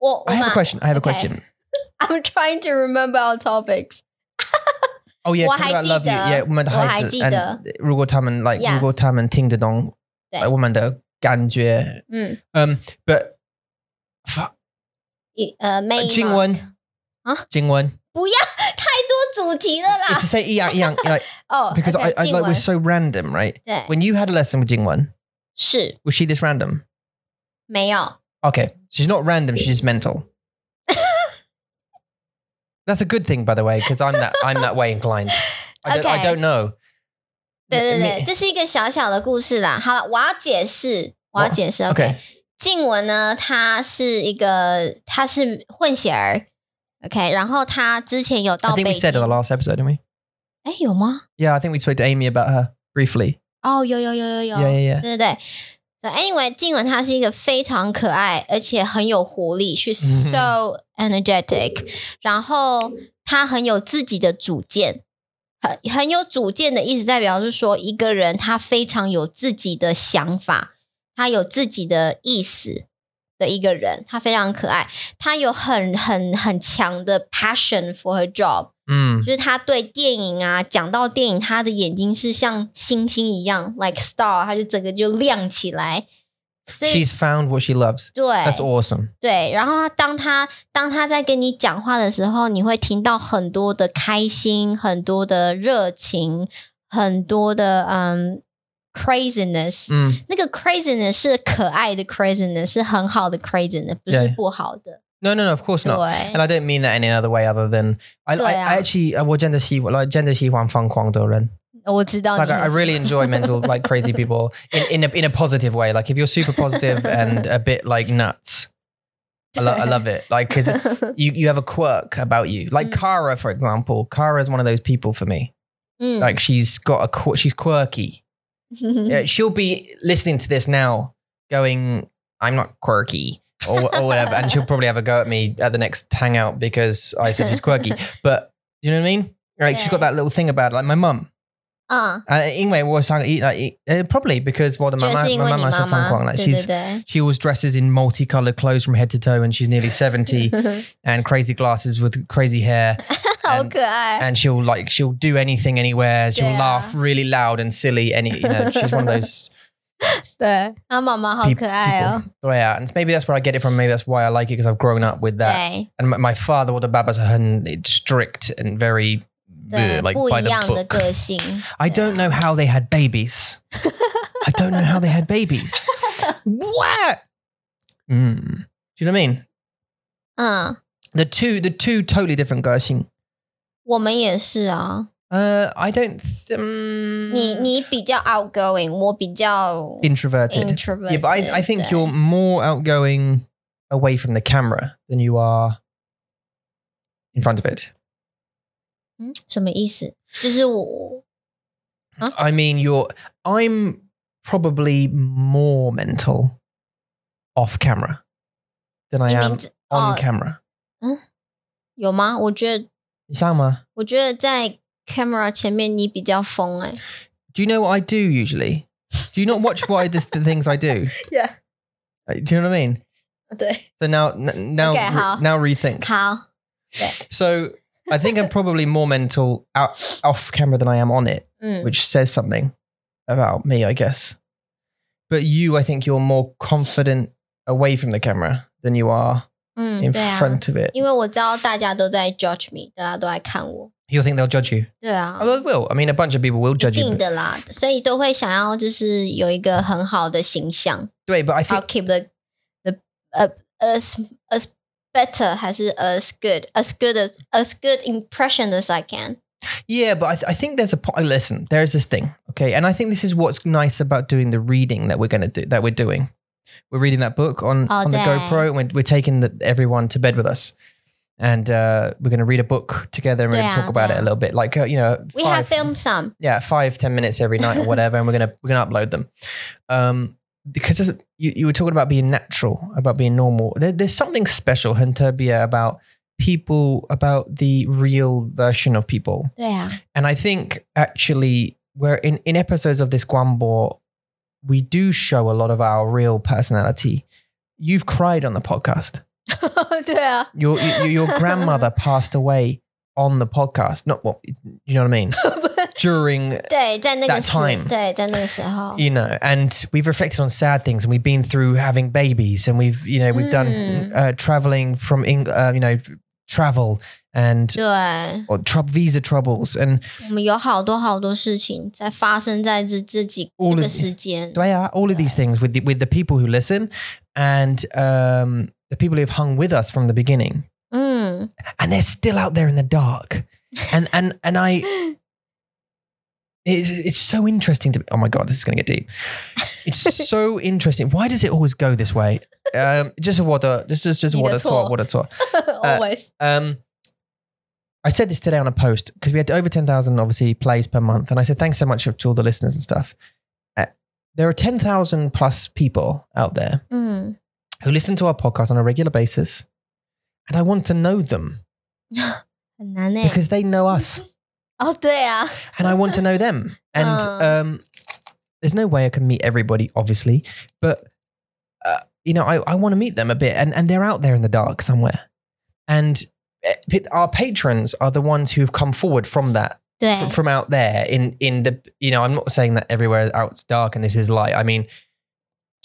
我我 I have 们 a question. I have a Okay. question. I'm trying to remember our topics. Oh yeah, 我还 talking about love you. 记得， Yeah, 我们的孩子我还记得。 and 如果他们 like Yeah. 如果他们听得懂对。Mm。我们的感觉。嗯， Um, but fuck, 一呃，May Musk 中文啊？中文 太多主题了 It's 啦 to。say 一样一样 like 哦 because I,，OK，I 静 like we're 文 so random, right? 对 When you had a lesson with Jingwen, 是 was she this random? 没有 Okay, she's not random. She's just mental. That's a good thing, by the way, because I'm that I'm that way inclined. I don't, I Okay. don't know. 对对 Me- 对，这是一个小小的故事啦。好了，我要解释，我要我解释。OK， Okay. 静雯呢，她是一个，她是混血儿。OK，然后她之前有 I 到 think we 北京 said in。the last episode, didn't we? 哎，有吗？ Yeah, I think we spoke to Amy about her briefly. 哦，有有有有有。 Yeah, yeah, yeah. 对对对。So anyway，静雯她是一个非常可爱，而且很有活力，she's 嗯 so energetic，、然后她很有自己的主见。很很有主见的意思，代表是说一个人他非常有自己的想法，他有自己的意思的一个人，他非常可爱，他有很很很强的 passion for her job， Mm. 就是他对电影啊，讲到电影，他的眼睛是像星星一样，like star，他就整个就亮起来，所以 She's found what she loves. 对 That's awesome. 对，然后他当他当他在跟你讲话的时候，你会听到很多的开心，很多的热情，很多的嗯 craziness。 Mm. 那个 craziness 是可爱的 craziness，是很好的 craziness，不是对不好的。 No, no, no. Of course 对 not. And I don't mean that in any other way other than I, I, I Yeah. actually I will gender see like gender see one fun Kwang do ren. 我知道你 Like I, I 很喜 really enjoy mental like crazy people in, in a in a positive way. Like if you're super positive and a bit like nuts, I, lo- I love it. Like because you you have a quirk about you. Like Mm. Kara, for example. Kara is one of those people for me. 嗯 Like she's got a qu- she's quirky. Mm. Yeah, she'll be listening to this now, going, "I'm not quirky." Or, or whatever, and she'll probably have a go at me at the next hangout because I said she's quirky. But you know what I mean? Like she's got Yeah. that little thing about like my mum. 嗯， Uh, anyway, was hang- like, uh, probably because what 就 my 是 mum, 因为 my 你 mum 妈 from Hong Kong, 妈， like 对对 she's 对 she always dresses in multicolored clothes from head to toe, and she's nearly seventy, and crazy glasses with crazy hair, 好可爱。 and she'll like she'll do anything anywhere. She'll Yeah. laugh really loud and silly. Any, you know, she's one of those 对，他妈妈好 peop- 可爱哦。 people. Oh, yeah, and maybe that's where I get it from. Maybe that's why I like it because I've grown up with that. 对 And my, my father, what babas are strict and very bleh, 对， like 不 by 一 the 样的 book. 个性。 I don't know how they had babies. I don't know how they had babies. what? Mm. Do you know what I mean? 嗯， The two, the two totally different Gershin. 我们也是啊。 Uh, I don't. Th- mm, 你你比较 outgoing，我比较 introverted. introvert。 Yeah, but I, I think 对 you're more outgoing away from the camera than you are in front of it. 嗯什么意思？就是我 I mean, you're. I'm probably more mental off camera than I 你 am 名字 on 哦 camera. 有吗？我觉得 Isama, 我觉得在 camera 前面你比较疯哎。 do you know what I do usually? Do you not watch why the, the things I do? Yeah. Uh, Do you know what I mean? 对， So now, n- now, Okay, re- how? now rethink. 好， So I think I'm probably more mental out, off camera than I am on it. 嗯， which says something about me, I guess. But you, I think you're more confident away from the camera than you are 嗯， in 对啊， front of it. 因为我知道大家都在 judge me，大家都在看我。 You'll think they'll judge you. 对啊， Oh, they will. I mean, a bunch of people will 一 judge you. 定 But, 的啦，所以都会想要就是有一个很好的形象。对 but I I'll think keep the the uh, as as better 还是 as good as good as as good impression as I can。 yeah, but I, th- I think there's a po- uh, listen. There's this thing, okay, and I think this is what's nice about doing the reading that we're gonna do that we're doing. We're reading that book on Oh, on the dang. GoPro, and we're, we're taking the, everyone to bed with us, and uh, we're gonna read a book together, and we're gonna Yeah, talk about it yeah. a little bit, like uh, you know, We have five- filmed some. yeah five ten minutes every night or whatever and we're gonna we're gonna upload them um because there's- you, you were talking about being natural about being normal there, there's something special henterbia about people about the real version of people 对啊， and i think actually we're in in episodes of this guambo we do show a lot of our real personality you've cried on the podcast 对啊， your your, your grandmother passed away on the podcast not what you know what i mean during 对，在那个 That 时 time.，对，在那个时候， you know and we've reflected on sad things and we've been through having babies and we've you know we've done Mm. uh, traveling from England uh, you know travel and 对， or tr- visa troubles and 我们有好多好多事情在发生在这这几 All 这 of 个 it. 时间。 they are all of these things with the, with the people who listen and um, the people who've hung with us from the beginning 嗯， and they're still out there in the dark and and and I it's, it's so interesting to oh my god this is going to get deep it's so interesting why does it always go this way um just what a just just just what a talk what a talk always um I said this today on a post because we had over 10,000 obviously plays per month and I said thanks so much to all the listeners and stuff uh, there are 10,000 plus people out there 嗯， who listen to our podcast on a regular basis and I want to know them 很难欸呢。 because they know us 哦，对啊， and I want to know them. And Oh. um, there's no way I can meet everybody, obviously, but uh, you know, I, I want to meet them a bit, and and they're out there in the dark somewhere. And eh, p- our patrons are the ones who've come forward from that, 对， from out there in in the you know, I'm not saying that everywhere out's dark and this is light. I mean,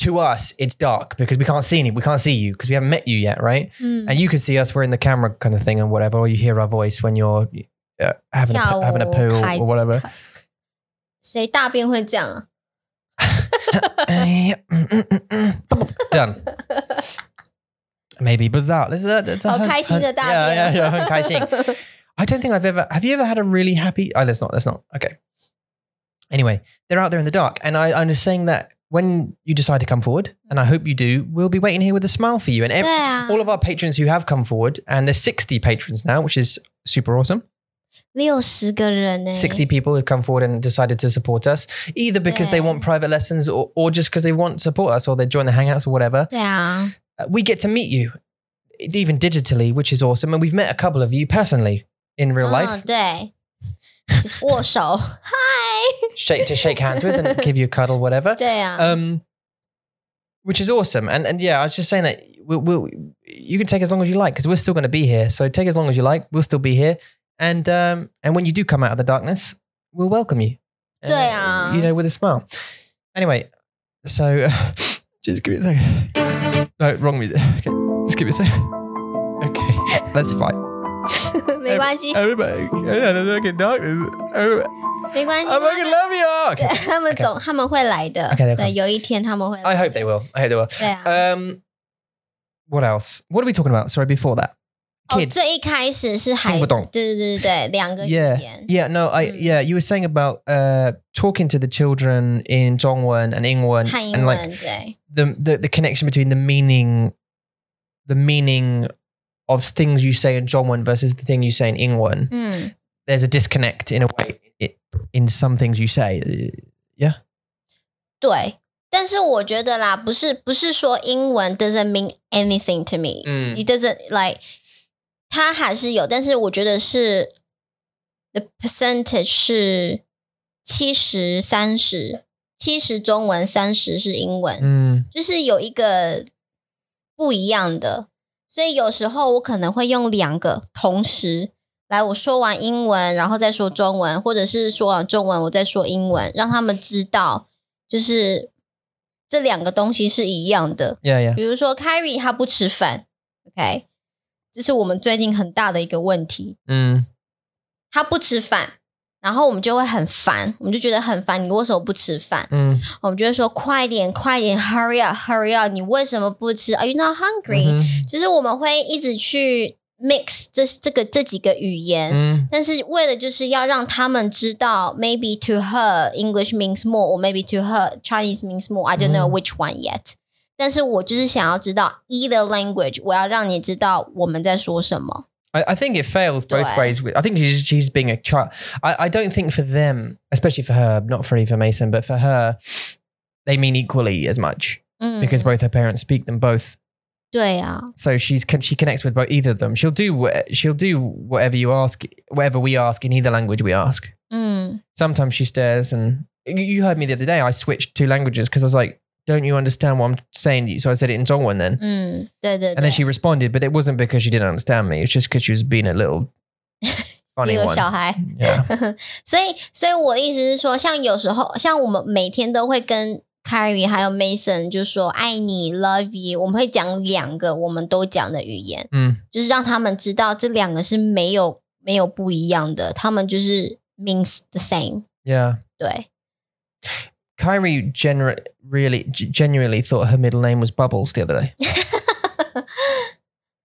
to us, it's dark because we can't see any. We can't see you because we haven't met you yet, right? Mm. And you can see us. We're in the camera kind of thing and whatever, or you hear our voice when you're uh, having a, having a poo or, or whatever. 要我开-谁大便会这样啊？mm, Done. Maybe 不知道. This is a, it's a 好很-开心的大便。啊很-哎 Yeah, yeah, yeah, 很开心.哎 I don't think I've ever. Have you ever had a really happy? Oh, let's not. Let's not. Okay. Anyway, they're out there in the dark, and I, I'm just saying that when you decide to come forward, and I hope you do, we'll be waiting here with a smile for you. And 对 ev- 啊 all of our patrons who have come forward, and there's 60 patrons now, which is super awesome. 六十个人呢、 60 people who've come forward and decided to support us, either because they Yeah. want private lessons or, or just because they want to support us or they join the Hangouts or whatever. 对啊， Uh, We get to meet you, even digitally, which is awesome. And we've met a couple of you personally in real 嗯 life, 对，握手， 嗨， shake, to shake hands with and give you a cuddle, whatever. 对啊， Um, which is awesome. And, and yeah, I was just saying that we'll, we'll, you can take as long as you like because we're still going to be here. So take as long as you like. We'll still be here. And, um, and when you do come out of the darkness, we'll welcome you. Uh, Yeah. You know, with a smile. Anyway, so just give it a second. No, wrong music. Okay, just give it a second. Okay, that's fine. 呃没关系， Everybody, I don't look at darkness. Everybody- 没关系， I'm gonna love you. 对 Okay. 哎他们总他们会来的 Okay, they'll 对， come. 有一天他们会来 I hope they will. I hope they will. 对啊。 Um, what else? What are we talking about? Sorry, before that, 哦， kids. 最一开始是孩听子，不懂对对对对，两个语 Yeah. 言 yeah, no, I Mm. yeah. You were saying about uh talking to the children in Zhongwen and Ingwen, 和英 and like 文，对 the, the the connection between the meaning, the meaning of things you say in Zhongwen versus the thing you say in Ingwen. 嗯， There's a disconnect in a way i in some things you say. 对。但是我觉得啦，不是不是说英文 doesn't mean anything to me， Mm. it doesn't like 它还是有，但是我觉得是 the percentage 是七十三十，七十中文三十是英文， Mm. 就是有一个不一样的。所以有时候我可能会用两个同时来，我说完英文，然后再说中文，或者是说完中文我再说英文，让他们知道就是这两个东西是一样的。 Yeah, yeah. 比如说 Carrie 她不吃饭，OK，这是我们最近很大的一个问题， Mm. 她不吃饭，然后我们就会很烦，我们就觉得很烦，你为什么不吃饭？ Mm. 我们就会说快点，快点，Hurry up，Hurry up，你为什么不吃？Are you not hungry？、 Mhm. 就是我们会一直去 mix 这这个这几个语言。 Mm. 但是为了就是要让他们知道，maybe to her English means more，or maybe to her Chinese means more，I don't know 嗯 which one yet。但是我就是想要知道 either language，我要让你知道我们在说什么。 I, I think it fails both Right. ways. With I think she's, she's being a child. I, I don't think for them, especially for her, not for Eva Mason, but for her, they mean equally as much 嗯 because both her parents speak them both. 对啊， So she's can, she connects with both either of them. She'll do wha- she'll do whatever you ask, whatever we ask in either language we ask. 嗯 Sometimes she stares and you- you heard me the other day. I switched two languages because I was like, "Don't you understand what I'm saying?" to you?" So I said it in Dongwon then. 嗯，对对 And then，对 she responded, but it wasn't because she didn't understand me. It's just because she was being a little funny 也有 one. 小孩。 Yeah. 所以，所以我的意思是说，像有时候，像我们每天都会跟 Carrie 还有 Mason 就说“爱你 ”，love you，我们会讲两个我们都讲的语言， Mm. 就是让他们知道这两个是没有没有不一样的，他们就是 means the same。 Yeah. 对， Kyrie gener- really, g- genuinely thought her middle name was Bubbles the other day.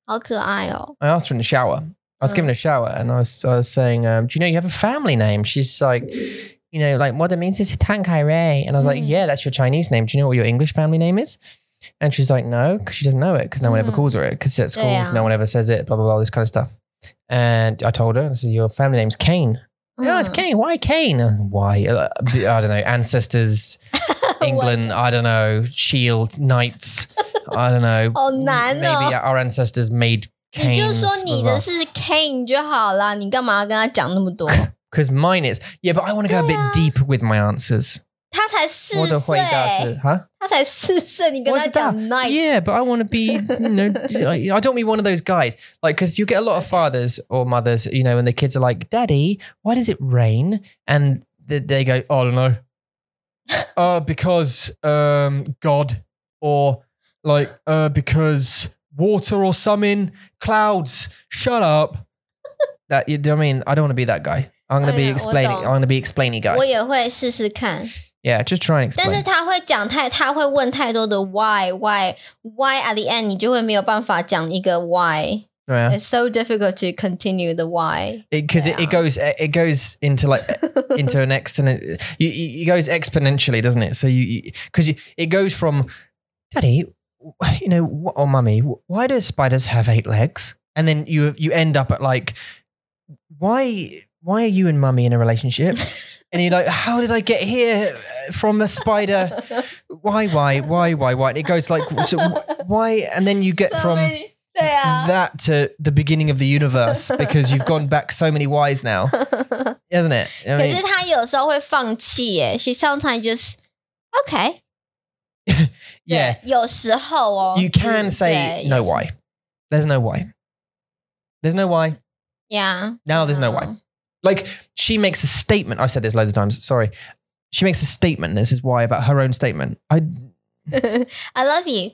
好可爱哦。 I asked her in the shower. I was Mm. giving a shower and I was, I was saying, um, Do you know you have a family name? She's like, You know, like what it means is Tan Kai Rei. And I was like, Mm. Yeah, that's your Chinese name. Do you know what your English family name is? And she's like, No, because she doesn't know it because no one ever Mm. calls her it because at school, Yeah. no one ever says it, blah, blah, blah, this kind of stuff. And I told her, I said, Your family name's Kane. Oh, it's 嗯 Kane. Why Kane? Uh, Why? Uh, I don't know. Ancestors, England. I don't know. Shield, knights. I don't know. 好难哦。 Maybe our ancestors made 你 Kane. 就说你的是 Kane 就好啦，你干嘛要跟他讲那么 多？ Because mine is. Yeah, but I want to go a bit deep with my answers. 他才四岁，我的回答是- huh? 他才四岁，你跟他讲 night， Yeah, but I want to be, you know, I I don't be one of those guys. Like, because you get a lot of fathers or mothers, you know, when the kids are like, Daddy, why does it rain? And th- they go, Oh, I don't know. Uh, because um, God. or like uh because water or something, clouds. Shut up. that you know what I mean? I don't want to be that guy. I'm gonna Oh, be yeah, 我懂 explaining. I'm gonna be explaining guy. 我也会试试看。 Yeah, just try and 但 explain. 是他会讲太，他会问太多的 why why why at the end，你就会没有办法讲一个 why。 Yeah. It's so difficult to continue the why。 because it, it Yeah. goes it goes into like into an exponent you, you- it goes exponentially doesn't it so you because you, it goes from daddy you know wh- or mummy wh- why do spiders have eight legs and then you you end up at like why why are you and mummy in a relationship and you're like how did i get here uh, from a spider why why why why why and it goes like so wh- why and then you get So from many- 对 啊， that to the beginning of the universe because you've gone back so many Ys now, 可 isn't it? I 是 mean, 他有时候会放弃耶。She sometimes just okay。 yeah, 对有时候哦 you can 嗯 say 对 no 有时 why. There's no why. There's no why. Yeah. Now there's no why. why. Like she makes a statement. I've said this loads of times. Sorry. She makes a statement. This is why about her own statement. I I love you.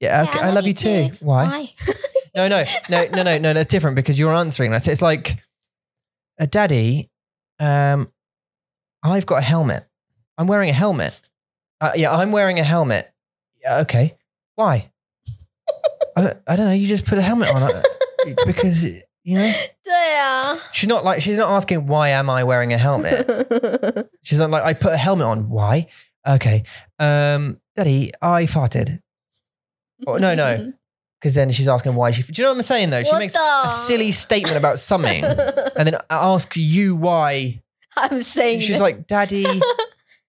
yeah, okay, I, love, you too. Why? Why? No, no, no, no, no, no. That's different because you're answering that. It's like, uh, Daddy, um, I've got a helmet. I'm wearing a helmet. Uh, yeah, I'm wearing a helmet. Yeah, okay. Why? I, I don't know. You just put a helmet on uh, because you know 对啊。 she's not like she's not asking why am I wearing a helmet. She's not like I put a helmet on. Why? Okay. Um, Daddy, I farted Oh, no, no. because then she's asking why she. Do you know what I'm saying though? She Mm-hmm. makes What a the- silly statement about something and then I ask you why. I'm saying She's like, Daddy,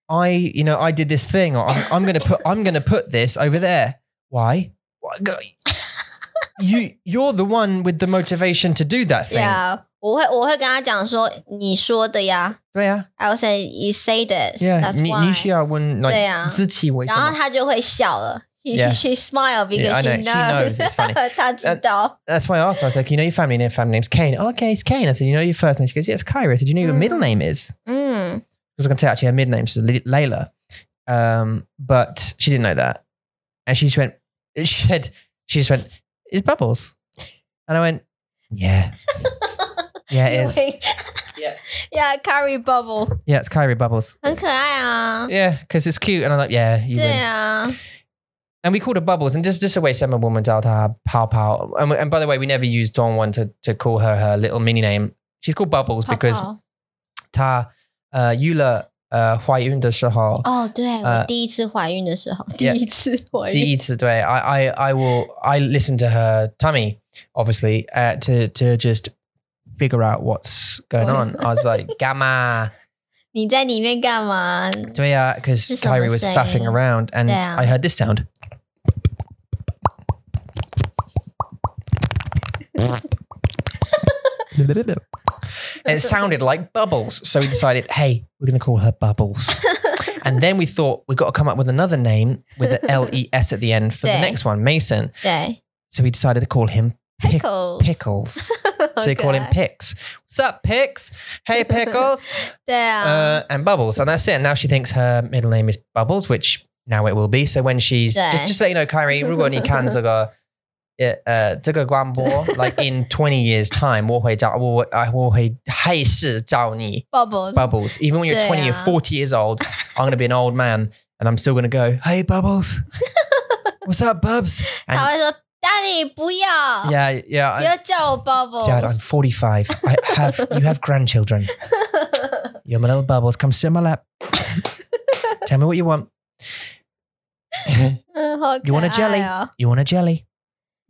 I, you know, I did this thing, or I'm, I'm gonna put, I'm gonna put this over there. Why? Why- go- You, you're the one with the motivation to do that thing. yeah，我会我会跟他讲说你说的呀。 yeah, I will say you say this. yeah. that's why. 你需要问 like 对啊。自己为什么。然后他就会笑了。He, Yeah. She smiled Yeah, I because know. She knows it's funny. 他知道。 That's why I asked her. I was like, you know, your family name, family name's Kane. Oh, okay, it's Kane. I said, you know, your first name. She goes, yeah, it's Kyra. I said, you know, your middle Mm. name is. 嗯， because I was going to tell actually her mid name is Layla, um, but she didn't know that, and she just went. She said she just went. It's bubbles, and I went. Yeah, yeah, it is. Yeah. yeah, curry bubble， Yeah, it's Kyrie bubbles. 很可爱啊。 Yeah, because it's cute, and I'm like, yeah, you 对 win. 啊， And we called her bubbles, and just just a way some woman out her pow pow. And, we- and by the way, we never used Don one to to call her her little mini name. She's called bubbles 泡 because 泡。 ta uh, Yula uh, 怀孕的时候。哦，对，呃我第一次怀孕的时候，第 Yeah 一次怀孕。第一次对 I, I I will I listen to her tummy obviously uh, to to just figure out what's going on. I was like gamma 你在里面干嘛？对呀 because 是什么 Kyrie was 声音？ faffing around and 对啊。 I heard this sound. and it sounded like bubbles, so we decided, hey, we're going to call her Bubbles. and then we thought we've got to come up with another name with an L E S at the end for the Yeah. next one, Mason. 对 So we decided to call him Pick- ，pickles， Pickles. So we call him Pix. What's up, Pix? Hey, Pickles. 对啊， uh, and Bubbles. And that's it. And now she thinks her middle name is Bubbles, which now it will be. So when she's Yeah. just, just let you know, Kyrie, 如果你看这个。呃，这个广播 uh, like in twenty years time, 我会找我我还是找你 bubbles， bubbles. Even when you're twenty or 对啊。 forty years old, I'm gonna be an old man, and I'm still gonna go, hey bubbles, what's up, bubs? 他 And 会说：“Daddy，不要 yeah, yeah, 不要叫我 Dad, I'm bubbles。 45. I have you have grandchildren. You're my little bubbles. Come sit on my lap. Tell me what you want. ”嗯，好 You 可 want a 爱哦。 You want a jelly?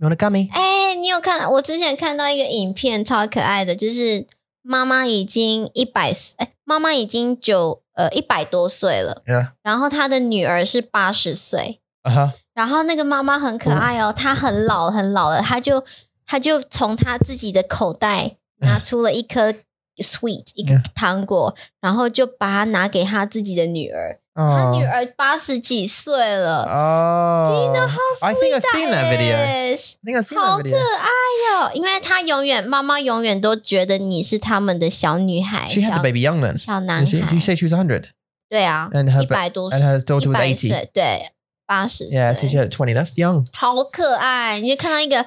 You want a gummy? 哎，你有看？我之前看到一个影片，超可爱的，就是妈妈已经一百，哎，妈妈已经九呃一百多岁了， Yeah. 然后她的女儿是八十岁， Uh huh. 然后那个妈妈很可爱嗯哦，她很老很老了，她就她就从她自己的口袋嗯拿出了一颗 sweet 一个 Yeah. 糖果，然后就把它拿给她自己的女儿。她女 Oh. 儿八十几岁了， oh. Do you know how I think I've seen that video. I is? think I've seen 好 that 可 video. 爱哦哟！因为她永远妈妈永远都觉得你是他们的小女孩， She had 小 the baby young then. 小 Did 男 she? You 孩。 say she was 100, 对啊， and her 一百多 and her daughter 一 was 百 80. 岁，对，八十 Yeah, 岁 teach her at 20. That's young. 好可爱！你就看到一个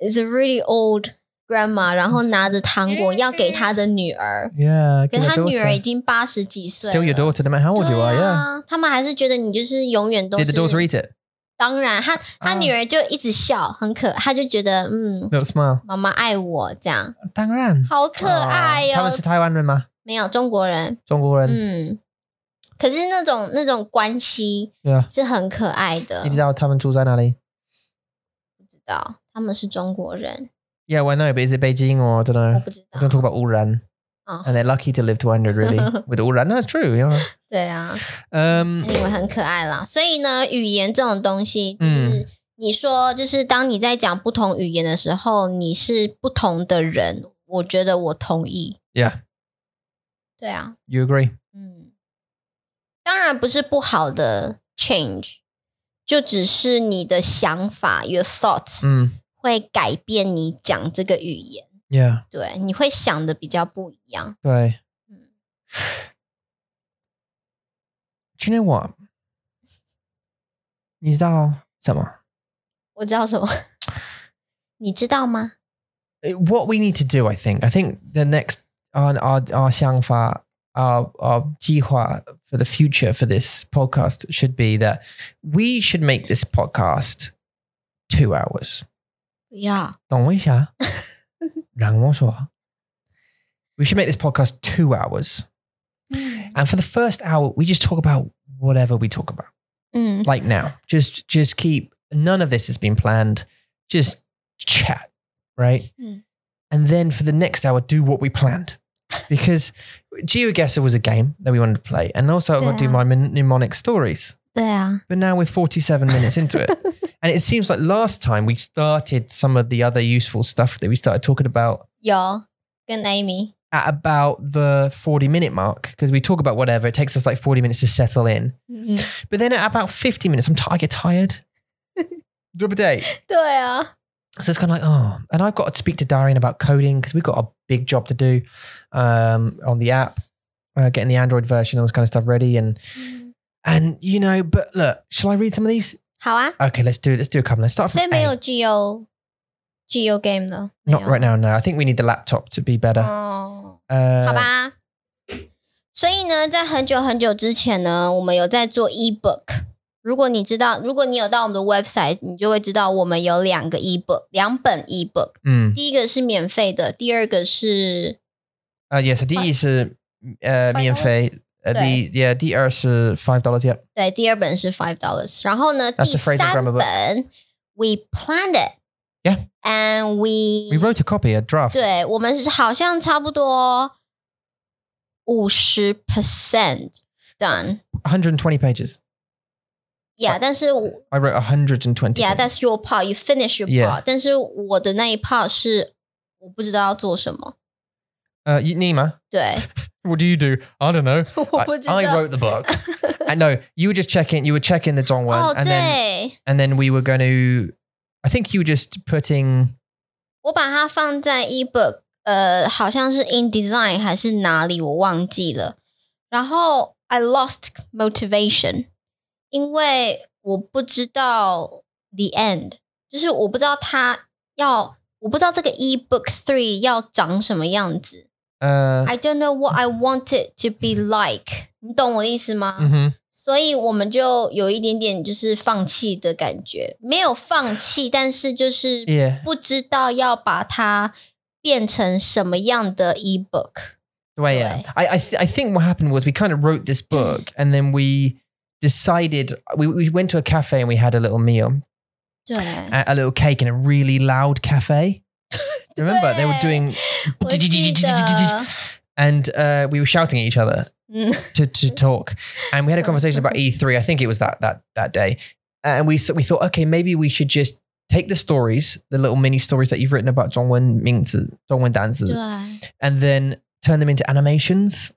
is a really old grandma，然后拿着糖果要给她的女儿，嗯 Yeah. 可 give 是 her 她女 daughter. 儿已经八十几岁 Still your 了 daughter, no matter how old you are. 对 Yeah. 啊，他们还是觉得你就是永远都 Did the 是。 daughter eat it? 当然，她她啊女儿就一直笑，很可，她就觉得嗯， Little smile. 妈妈爱我这样，当然。好可爱哟、嗯啊他们是台湾人吗？没有中国人，中国人。嗯，可是那种那种关系 Yeah. 是很可爱的。你知道他们住在哪里？知道他们是中国人， Yeah, well, no, but is it Beijing or I don't 我 know? 不知 I 道 don't。talk about Uran. Oh. And they're lucky to live to 100, really. With Uran, no, it's true. Yeah. 对啊， Um, 因为嗯很可爱啦。所以呢，语言这种东西，就是嗯你说，就是当你在讲不同语言的时候，你是不同的人。我觉得我同意。 yeah, 对啊， you agree. 嗯，当然不是不好的 change，就只是你的想法 your thoughts、 Mm, 会改变你讲这个语言。 yeah. 对，你会想的比较不一样。对。嗯 Do you know what? 你知道什么我知道什么， 你知道吗？ Uh, What we need to do, I think. I think the next on our our 想法, our our 计划 for the future for this podcast should be that we should make this podcast two hours. 不要，等我一下，让我说。We should make this podcast two hours. 嗯 And for the first hour, we just talk about whatever we talk about. 嗯 like now just just keep none of this has been planned just chat right Mm. and then for the next hour do what we planned because geoguessr was a game that we wanted to play and also i want to do my Yeah. mnem- mnemonic stories 对啊， but now we're 47 minutes into it and it seems like last time we started some of the other useful stuff that we started talking about 有跟 Amy， at about the 40 minute mark because we talk about whatever it takes us like 40 minutes to settle in 嗯， but then at about 50 minutes i'm t- i get tired the other day 对啊， So it's kind of like, oh, and I've got to speak to Darian about coding because we've got a big job to do um, on the app, uh, getting the Android version, all this kind of stuff ready. And, 嗯 and you know, but look, shall I read some of these? 好啊， Okay, let's do it. Let's do a couple. Let's start from 所以 A. 没有 Go Go game 的，没 Not 有 right now, 哎 no. I think we need the laptop to be Oh, better. 哦， Uh, 好吧。所以呢，在很久很久之前呢，我们有在做 ebook。如果你知道，如果你有到我们的 website，你就会知道我们有两个 ebook，两本 ebook。 mm. 第一个是免费的，第二个是 uh, yes, the E is uh, uh, me and dollars? Faye. Uh, the, yeah, the R is uh, $5. Yeah. 对，第二本是 five dollars。然后呢， That's 第 the phrase of 三 grammar book. 本 we planned it。 Yeah. And we We wrote a copy, a draft. 对我们是好像差不多五十 percent done。 120 pages. Yeah，但是我 I wrote 120. Yeah, that's your part. You finish your Yeah. part. 但是我的那一 part 是我不知道要做什么。 uh, you- Nima, 对， what do you do? I don't know. 我不知道。啊 I, I wrote the book. and no, you were just checking. You were checking the Dong one, 哦， and then 对， and then we were going to. I think you were just putting. 我把它放在 ebook，呃，好像是 InDesign 还是哪里，我忘记了。然后 I lost motivation，因为我不知道 the end，就是我不知道它要，我不知道这个 ebook three 要长什么样子。 Uh, I don't know what I want it to be like，你懂我的意思吗？ mhm. 所以我们就有一点点就是放弃的感觉，没有放弃，但是就是。 Yeah. 不知道要把它变成什么样的 ebook。 Well, yeah. I I, th- I think what happened was we kind of wrote this book, and then we decided we, we went to a cafe and we had a little meal, 对， a, a little cake in a really loud cafe. Remember, they were doing. 我 记得， And uh, we were shouting at each other. 嗯， to, to talk, and we had a conversation about E3. I think it was that that that day, and we s- we thought, okay, maybe we should just take the stories, the little mini stories that you've written about Zhongwen Mingzi, Zhongwen 对 Danzi, and then turn them into animations,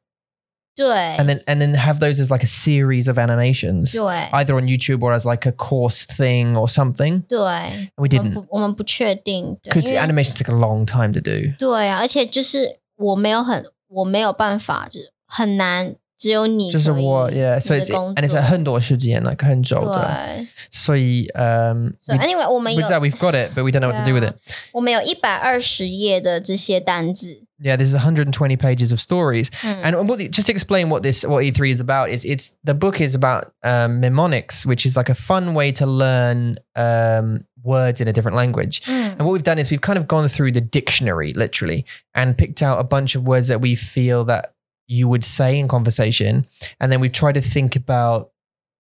对 and then and then have those as like a series of animations, 对 either on YouTube or as like a course thing or something. And 对， we 我们 didn't 不我们不确定，对 because 因为 animations took a long time to do. 对啊，而且就是我没有很，我没有办法，就是很难只有你就是 E 我，yeah。So it's and it's 很多时间，like 很久的。对。所以，嗯、 So anyway，我们 um, we 有啊知道 we've got it, but we don't know what to do with it. 我们有一百二十页的这些单字， Yeah, this is 120 pages of stories. 嗯 And what the, just to explain what this what E3 is about is it's the book is about um, mnemonics, which is like a fun way to learn um, words in a different language. 嗯 And what we've done is we've kind of gone through the dictionary literally and picked out a bunch of words that we feel that you would say in conversation, and then we've tried to think about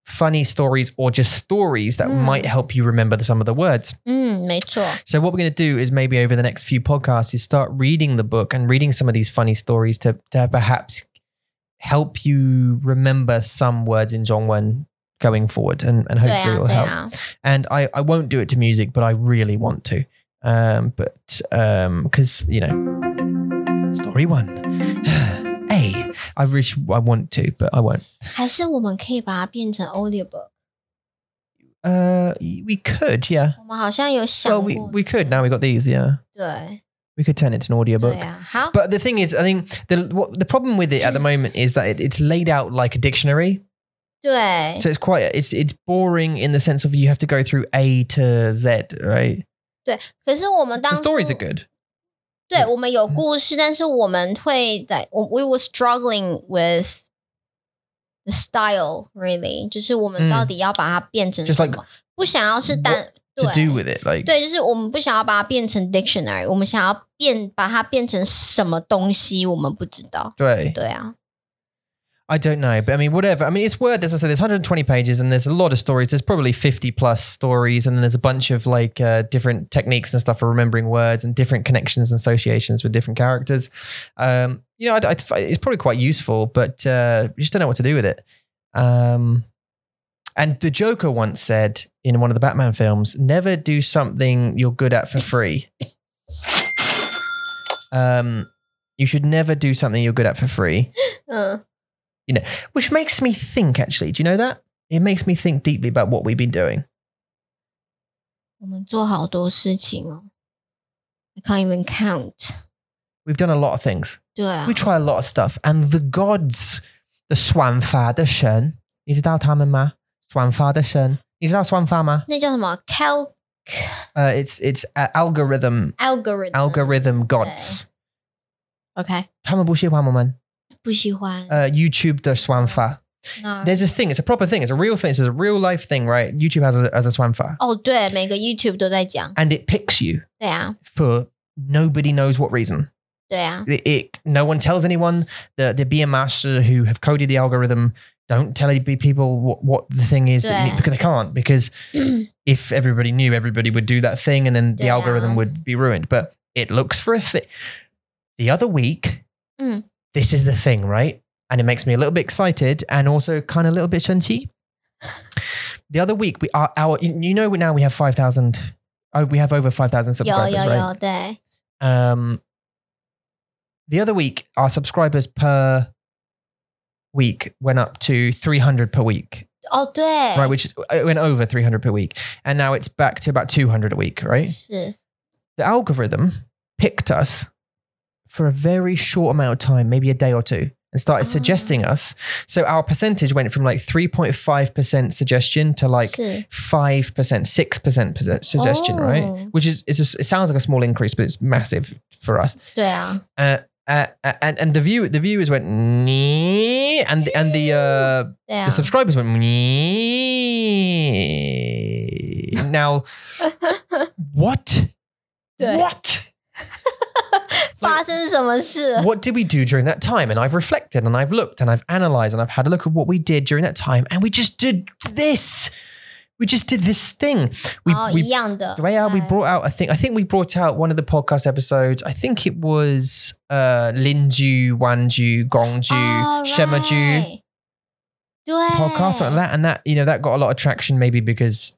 funny stories or just stories that Mm. might help you remember the, some of the words. 嗯，没错， So what we're going to do is maybe over the next few podcasts is start reading the book and reading some of these funny stories to to perhaps help you remember some words in Zhongwen going forward and, and 对 hopefully 啊 it，will 对 help. 啊， And I, I won't do it to music, but I really want to. Um, but um 'cause because you know, story one, a I wish I want to, but I won't. 还是我们可以把它变成 audiobook。 Uh, we could, yeah. 我们好像有想 Well, 过 we we could. Now we got these, yeah. 对 We could turn it to an audiobook. 对啊，好， But the thing is, I think the what, the problem with it at the moment is that it, it's laid out like a dictionary, 对 so it's quite it's it's boring in the sense of you have to go through A to Z, right? 对。可是我们 The 当初 stories are good. 嗯对我们有故事，但是我们会在我 we were struggling with the style really，就是我嗯们到底要把它变成 Just 什 like 么？不想要是单 To do 对 with it, like 对，就是我们不想要把它变成 dictionary，我们想要变把它变成什么东西，我们不知道。对.对啊， I don't know, but I mean, whatever. I mean, it's worth. As I said, there's 120 pages, and there's a lot of stories. There's probably 50 plus stories, and then there's a bunch of like uh, different techniques and stuff for remembering words and different connections and associations with different characters. Um, you know, I, I- it's probably quite useful, but uh, you just don't know what to do with it. Um, and the Joker once said in one of the Batman films, "Never do something you're good at for free." um, you should never do something you're good at for free 嗯， which makes me think actually do you know that it makes me think deeply about what we've been doing 我们做好多事情哦，I can't even count。 we've done a lot of things 对啊 we，try a lot of stuff and the gods the swanfa the shen 你知道他们吗? swanfa the shen 你知道swanfa吗?那叫什么 cal Uh, it's it's uh, algorithm algorithm algorithm gods OK，他们不喜欢我们。不喜欢。 Uh, YouTube 的 swanfa 那 there's a thing it's a proper thing it's a real thing it's a real life thing right YouTube has a, has a swanfa 哦，对，每个 YouTube 都在讲。 and it picks you 对啊， for nobody knows what reason 对啊， it, it- no one tells anyone the the BMS who have coded the algorithm don't tell any people what, what the thing is that you need- Yeah. because they can't because if everybody knew everybody would do that thing and then the Yeah. algorithm would be ruined but it looks for a thing the other week Mm. this is the thing right and it makes me a little bit excited and also kind of a little bit shunsy the other week we are our you you know now we have 5000 oh, we have over 5000有 subscribers 有 right? 有，对， Um, the other week, our subscribers per week went up to 300 per week, 哦对， right? Which is, it went over 300 per week. And now it's back to about 200 a week, right? 是 The algorithm picked us for a very short amount of time, maybe a day or two, and started Ah. suggesting us. So our percentage went from like 3.5% suggestion to like 是 five percent, six percent suggestion, Oh. right? Which is it's just, it sounds like a small increase, but it's massive for us. 对啊， Uh, uh, and and the view the viewers went "Nee," and the, and the uh, 对啊 the，subscribers went "Nee." now what 对 what 发生什么事了？ what did we do during that time and I've reflected and I've looked and I've analyzed and I've had a look at what we did during that time and we just did this we just did this thing we, 哦， we 一样的， Way out, we Okay brought out. I think. I think we brought out one of the podcast episodes. I think it was uh, Linju, Wanju, Gongju, All Shemaju Oh, right 对 podcast like that, and that you know that got a lot of traction maybe because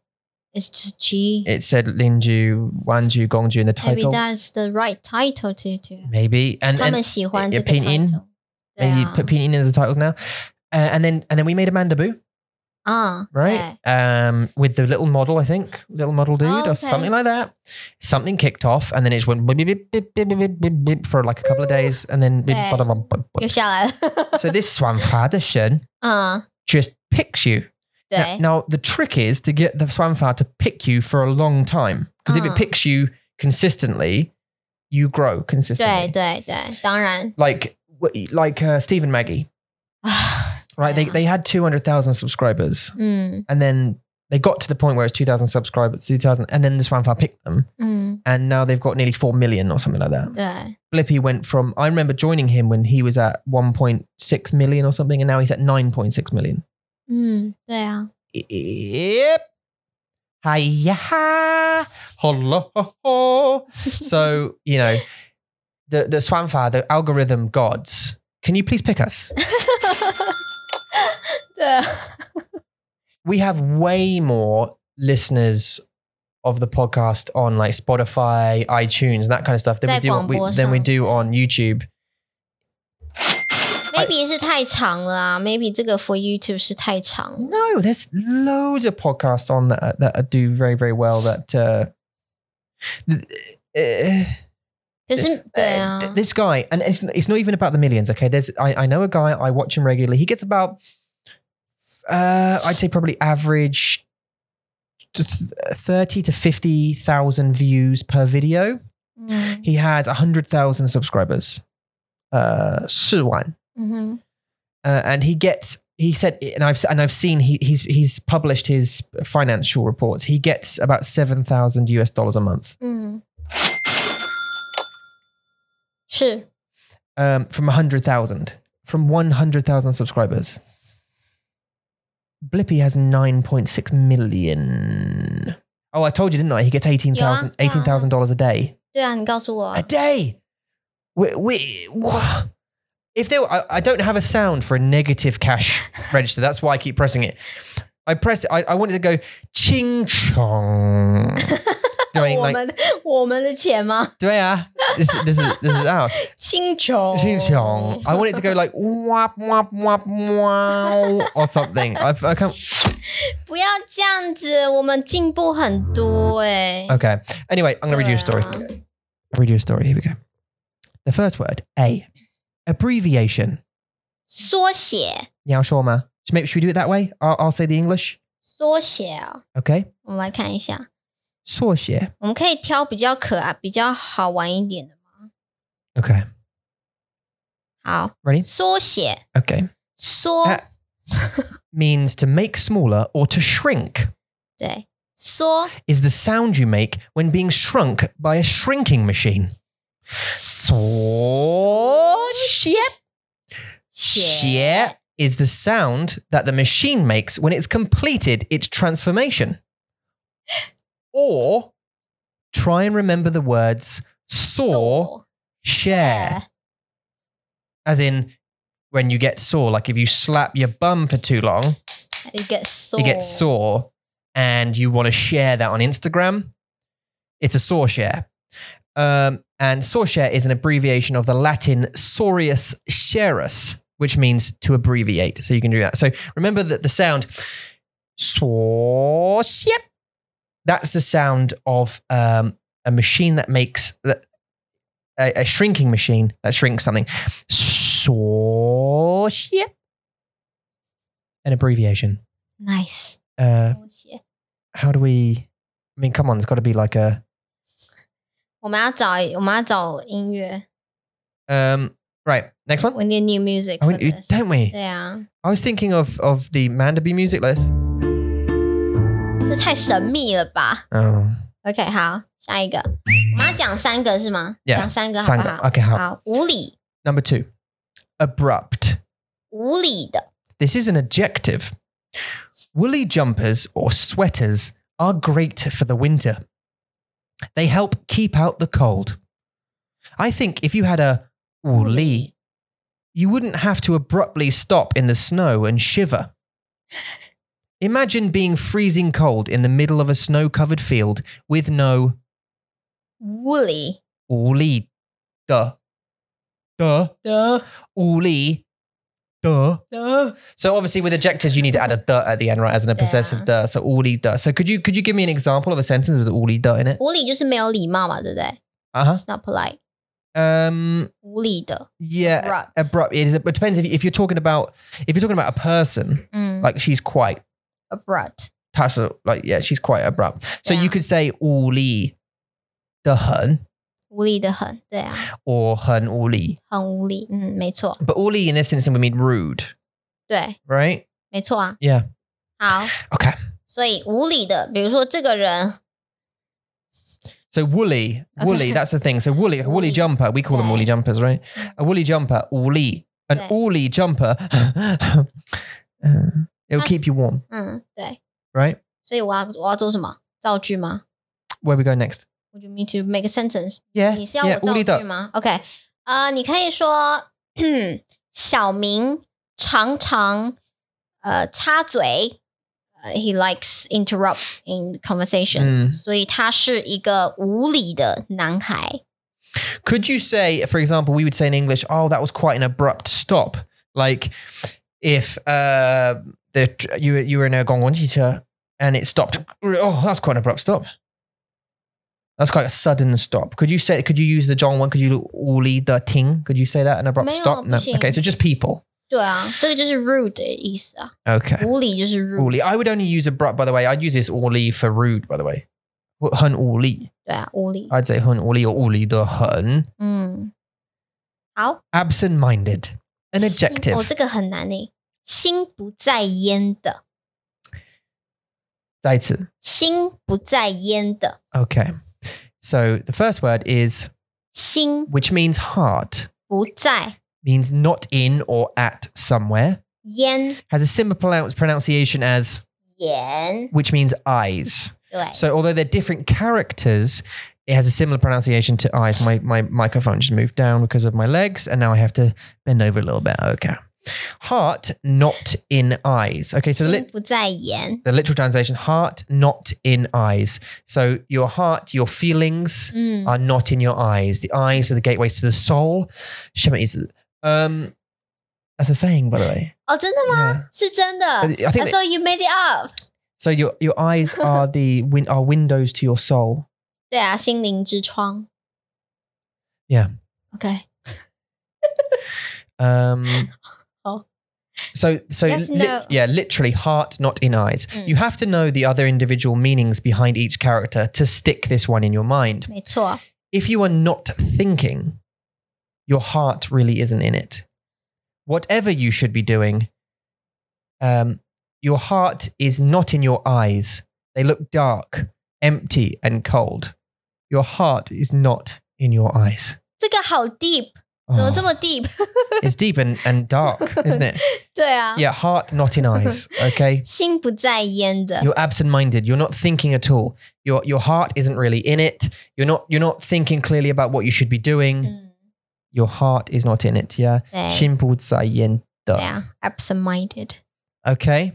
It's just G. it said Linju, Wanju, Gongju in the Maybe title. that's the right title to to. Maybe and, 他 and 们喜欢这个 opinion title。对 maybe 啊 put Pinyin in as the titles now, uh, and then and then we made Amanda Boo. 嗯， right? Um, with the little model, I think, little model dude Oh, or okay. something like that. Something kicked off, and then it just went beep, beep, beep, beep, beep, beep, beep, beep for like a couple of days, and then beep, Okay. blah, blah, blah, blah. 又下来了。 so this swan tradition 嗯， just picks you. Now, 对 now the trick is to get the swanfar to pick you for a long time because if Ah. it picks you consistently, you grow 对 consistently. 对对，当然 Like like uh, Stephen Maggie, 啊， right? They Yeah. they had two hundred thousand subscribers, 嗯 and then they got to the point where it's two thousand subscribers, two thousand, and then the swanfar picked them, 嗯， and now they've got nearly four million or something like that. 对， Blippi went from I remember joining him when he was at one point six million or something, and now he's at nine point six million. 嗯，对啊， Yep. Hiya. Hello. so, you know, the, the Swanfar, the algorithm gods, can you please pick us? 对，啊 We have way more listeners of the podcast on like Spotify, iTunes, and that kind of stuff than we Tại do on, we, quảng播 than we 上. do on YouTube. Maybe 是太长了啊，Maybe 这个 for YouTube 是太长了。 No, there's loads of podcasts on that that do very very well. That uh, th- eh, 可是对 Uh, 啊 th- this guy, and it's, it's not even about the millions. Okay, there's I, I know a guy I watch him regularly. He gets about uh, I'd say probably average just uh, thirty to fifty thousand views per video. 嗯 He has hundred thousand subscribers. Uh, Suwan, 嗯哼， uh, and he gets. He said, and I've and I've seen he, he's he's published his financial reports. He gets about seven thousand US dollars a month 嗯，是 um, from 100,000, from 100,000 subscribers. Blippi has 9.6 million. Oh, I told you, didn't I? He gets $18,000 Yeah, yeah. $18,000 dollars a day. 对啊，你告诉我啊 A day! We, we, wha- if there were, I, I don't have a sound for a negative cash register. That's why I keep pressing it. I press it. I, I wanted to go ching chong. Doing 我 like, 们我们的钱吗？ yeah, this, this is this is out. 星球， Xinjiang. I want it to go like wap wap wap wow or something. I've, I can't. 不要这样子，我们进步很多哎、 Okay. Anyway, I'm gonna read you a story. Yeah. I'll read you a story. Here we go. The first word A, abbreviation. 缩写， Now, Shorma. Should maybe- should we do it that way? I'll, I'll say the English. 缩写啊， Okay. 我们来看一下， Source. 我们可以挑比较可爱、比较好玩一点的吗。 Okay. 好， Ready? 缩写 Okay. 缩，啊 Means to make smaller or to shrink. 对，缩 Is the sound you make when being shrunk by a shrinking machine. 缩写。写 Xie is the sound that the machine makes when it's completed its transformation. Or try and remember the words saw, 缩 share, as in when you get sore, like if you slap your bum for too long, ，you get 缩， you get sore and you want to share that on Instagram. It's a sore share. Um, and sore share is an abbreviation of the Latin sorius sharus, which means to abbreviate. So you can do that. So remember that the sound sore yep. That's the sound of um, a machine that makes that a, a shrinking machine that shrinks something. Sore yep. An abbreviation nice， uh, 缩写。 how do we? I mean, come on, there's got to be like a. 我们要找，我们要找音乐 Um, right, next one. ，we need new music I for mean, this。 don't we? 对啊， I was thinking of of the Mandaby music list. 这太神秘了吧 Oh, ？OK，好，下一个，我们要讲三个是吗？ Yeah，讲三个好不 sang- 好？ okay, how- 好，无理， number two, abrupt. 无理的， This is an adjective. Woolly jumpers or sweaters are great for the winter. They help keep out the cold. I think if you had a woolly, you wouldn't have to abruptly stop in the snow and shiver. Imagine being freezing cold in the middle of a snow covered field with no 无理 woolly. Duh. Duh. Duh. Woolly duh. No. So obviously with adjectives you need to add a duh at the end, right? As an a possessive duh. So uli duh. So could you could you give me an example of a sentence with uli duh in it? 无理就是没有礼貌嘛，对不对 Uh ？It's not polite， huh. Um. 无理的， Yeah. Abrupt. Abrupt. It is. It depends if, you- if you're talking about if you're talking about a person. 嗯 Like she's quite. ，abrupt， That's a, like yeah. She's quite abrupt. So Yeah. you could say uli the hun 无理的很，对啊， or hun uli. 很无理，嗯，没错， But uli in this instance would mean rude, 对， right? 没错啊， Yeah. 好， Okay. 所以无理的，比如说这个人， So woolly, woolly, Okay. that's the thing. So woolly, like a woolly Woolly. jumper. We call them woolly Yeah. jumpers, right? A woolly jumper, woolly, an Yeah. woolly jumper. Um, It'll That's- keep you warm, 嗯，对， right? 所以我要我要做什么？造句吗 Where we go next? ？Would you need to make a sentence？ Yeah, 哎你是要我 yeah, 造 woolly 句 duck. 吗？OK，呃，你可以说 小明常常呃插嘴，呃，he likes interrupt in conversation，、 Mm. 所以他是一个无理的男孩。 Could you say, for example, we would say in English, "Oh, that was quite an abrupt stop." Like if uh, the tr- you were- you were in a Gongwon teacher and it stopped. Oh, that's quite an abrupt stop. That's quite a sudden stop. Could you say? Could you use the John one? Could you Uli the ting? Could you say that an abrupt No, stop? No. 不行。 Okay, so just people. 对啊，这个就是 rude 的意思啊， Okay. 无理就是 rude， Uli. I would only use abrupt. By the way, I'd use this Uli for rude. By the way, hun Uli. 对啊，无理。 I'd say hun Uli or Uli the hun. 嗯，好， Absent-minded. An 心 adjective. 哦，这个很难呢，心不在焉的，再一次。心不在焉的， Okay. So the first word is, 心 which means heart, 不在 means not in or at somewhere, 焉， has a similar pronoun- pronunciation as, 言 which means eyes. 对。 So although they're different characters, it has a similar pronunciation to eyes. My, my microphone just moved down because of my legs, and now I have to bend over a little bit. Okay. Heart, not in eyes. Okay, so the, 心 lit 不在焉， the literal translation, heart, not in eyes. So your heart, your feelings, 嗯 are not in your eyes. The eyes are the gateways to the soul. 下面一直- Um, that's a saying, by the way. 哦，真的吗 Yeah. 是真的。 But I think I that- thought you made it up。 So your your eyes are the win- are windows to your soul. 对啊，心灵之窗。 Yeah. OK， Um, Oh. So so Yes, li- no. yeah, literally heart, not in eyes. Mm. You have to know the other individual meanings behind each character to stick this one in your mind. 没错。 If you are not thinking, your heart really isn't in it. Whatever you should be doing, um, your heart is not in your eyes. They look dark, empty, and cold. Your heart is not in your eyes. 这个好 deep，怎么 Oh, 这么 deep？ it's deep and, and dark, isn't it? 对啊 Yeah, heart not in eyes. Okay. 心不在焉的。 You're absent-minded. You're not thinking at all. Your your heart isn't really in it. You're not you're not thinking clearly about what you should be doing. 嗯， Your heart is not in it. Yeah. 对，心不在焉的。对啊，absent-minded。 Okay.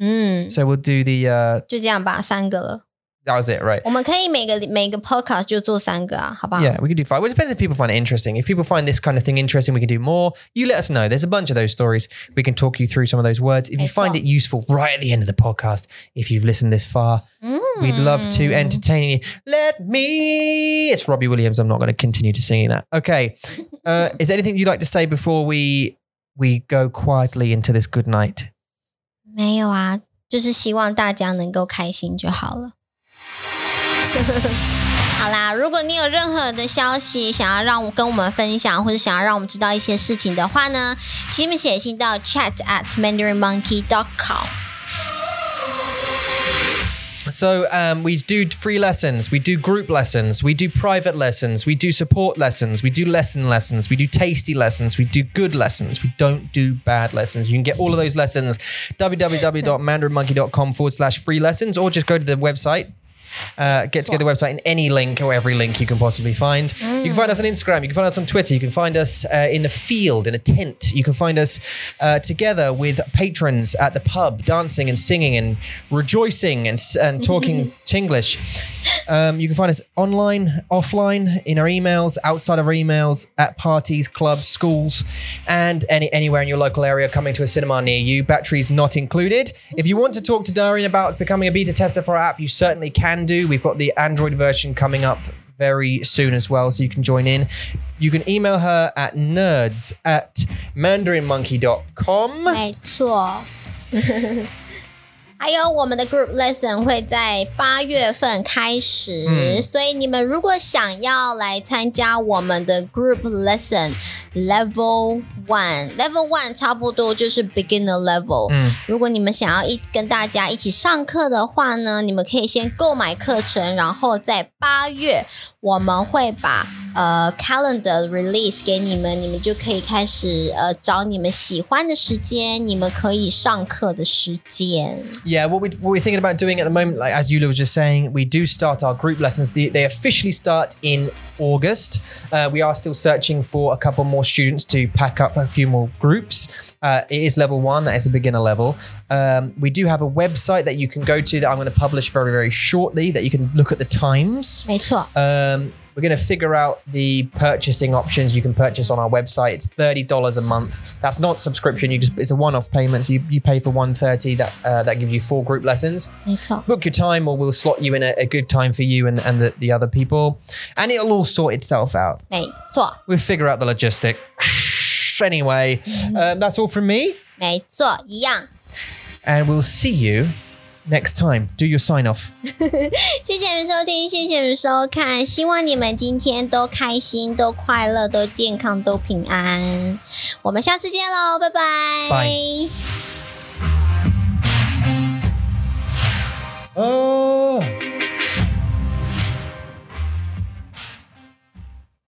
嗯， So we'll do the uh 就这样吧，三个了。 that was it, right? 我们可以每个每个 podcast 就做三个啊，好不好 Yeah, we could do five. Well, it depends if people find it interesting. If people find this kind of thing interesting, we can do more. You let us know. There's a bunch of those stories. We can talk you through some of those words. If you find it Excellent. useful right at the end of the podcast, if you've listened this far, 嗯 We'd love Hmm. to entertain you. Let me. It's Robbie Williams. I'm not going to continue to singing that. Okay. Uh, is there anything you'd like to say before we we go quietly into this good night? 没有啊，就是希望大家能够开心就好了。 好啦，如果你有任何的消息想要让我跟我们分享，或者想要让我们知道一些事情的话呢，请你们写信到 chat at mandarinmonkey dot com。 So um, we do free lessons. We do group lessons. We do private lessons. We do support lessons. We do lesson lessons. We do tasty lessons. We do good lessons. We don't do bad lessons. You can get all of those lessons www.mandarinmonkey.com forward slash free lessons or just go to the website uh, get together website in any link or every link you can possibly find. You can find us on Instagram. You can find us on Twitter. You can find us uh, in a field, in a tent. You can find us uh, together with patrons at the pub, dancing and singing and rejoicing and, s- and talking Chinglish. Um, you can find us online, offline, in our emails, outside of our emails, at parties, clubs, schools, and any anywhere in your local area coming to a cinema near you. Batteries not included. If you want to talk to Darian about becoming a beta tester for our app, you certainly can do. We've got the Android version coming up very soon as well, so you can join in. You can email her at nerds at mandarinmonkey.com. 没错。还有我们的 group lesson 会在八月份开始，所以你们如果想要来参加我们的 group lesson level one，level one 差不多就是 beginner level。嗯如果你们想要一跟大家一起上课的话呢，你们可以先购买课程，然后在八月我们会把呃 calendar release 给你们，你们就可以开始呃找你们喜欢的时间，你们可以上课的时间。 Yeah, what, we, what we're thinking about doing at the moment, like as Yula was just saying, we do start our group lessons. They, they officially start in August. Uh, we are still searching for a couple more students to pack up a few more groups. Uh, it is level one, that is the beginner level. Um, we do have a website that you can go to that I'm going to publish very, very shortly that you can look at the times. 没错， Um, we're going to figure out the purchasing options you can purchase on our website. It's thirty dollars a month. That's not subscription. You just it's a one-off payment. So you, you pay for one thirty. That uh, that gives you four group lessons. 没错， Book your time, or we'll slot you in a, a good time for you and and the, the other people, and it'll all sort itself out. 没错， We'll figure out the logistic. Anyway, um, that's all from me, 没错，一样。 and we'll see you next time. Do your sign off. 谢谢你们收听，谢谢你们收看，希望你们今天都开心、都快乐、都健康、都平安。我们下次见喽，拜拜。拜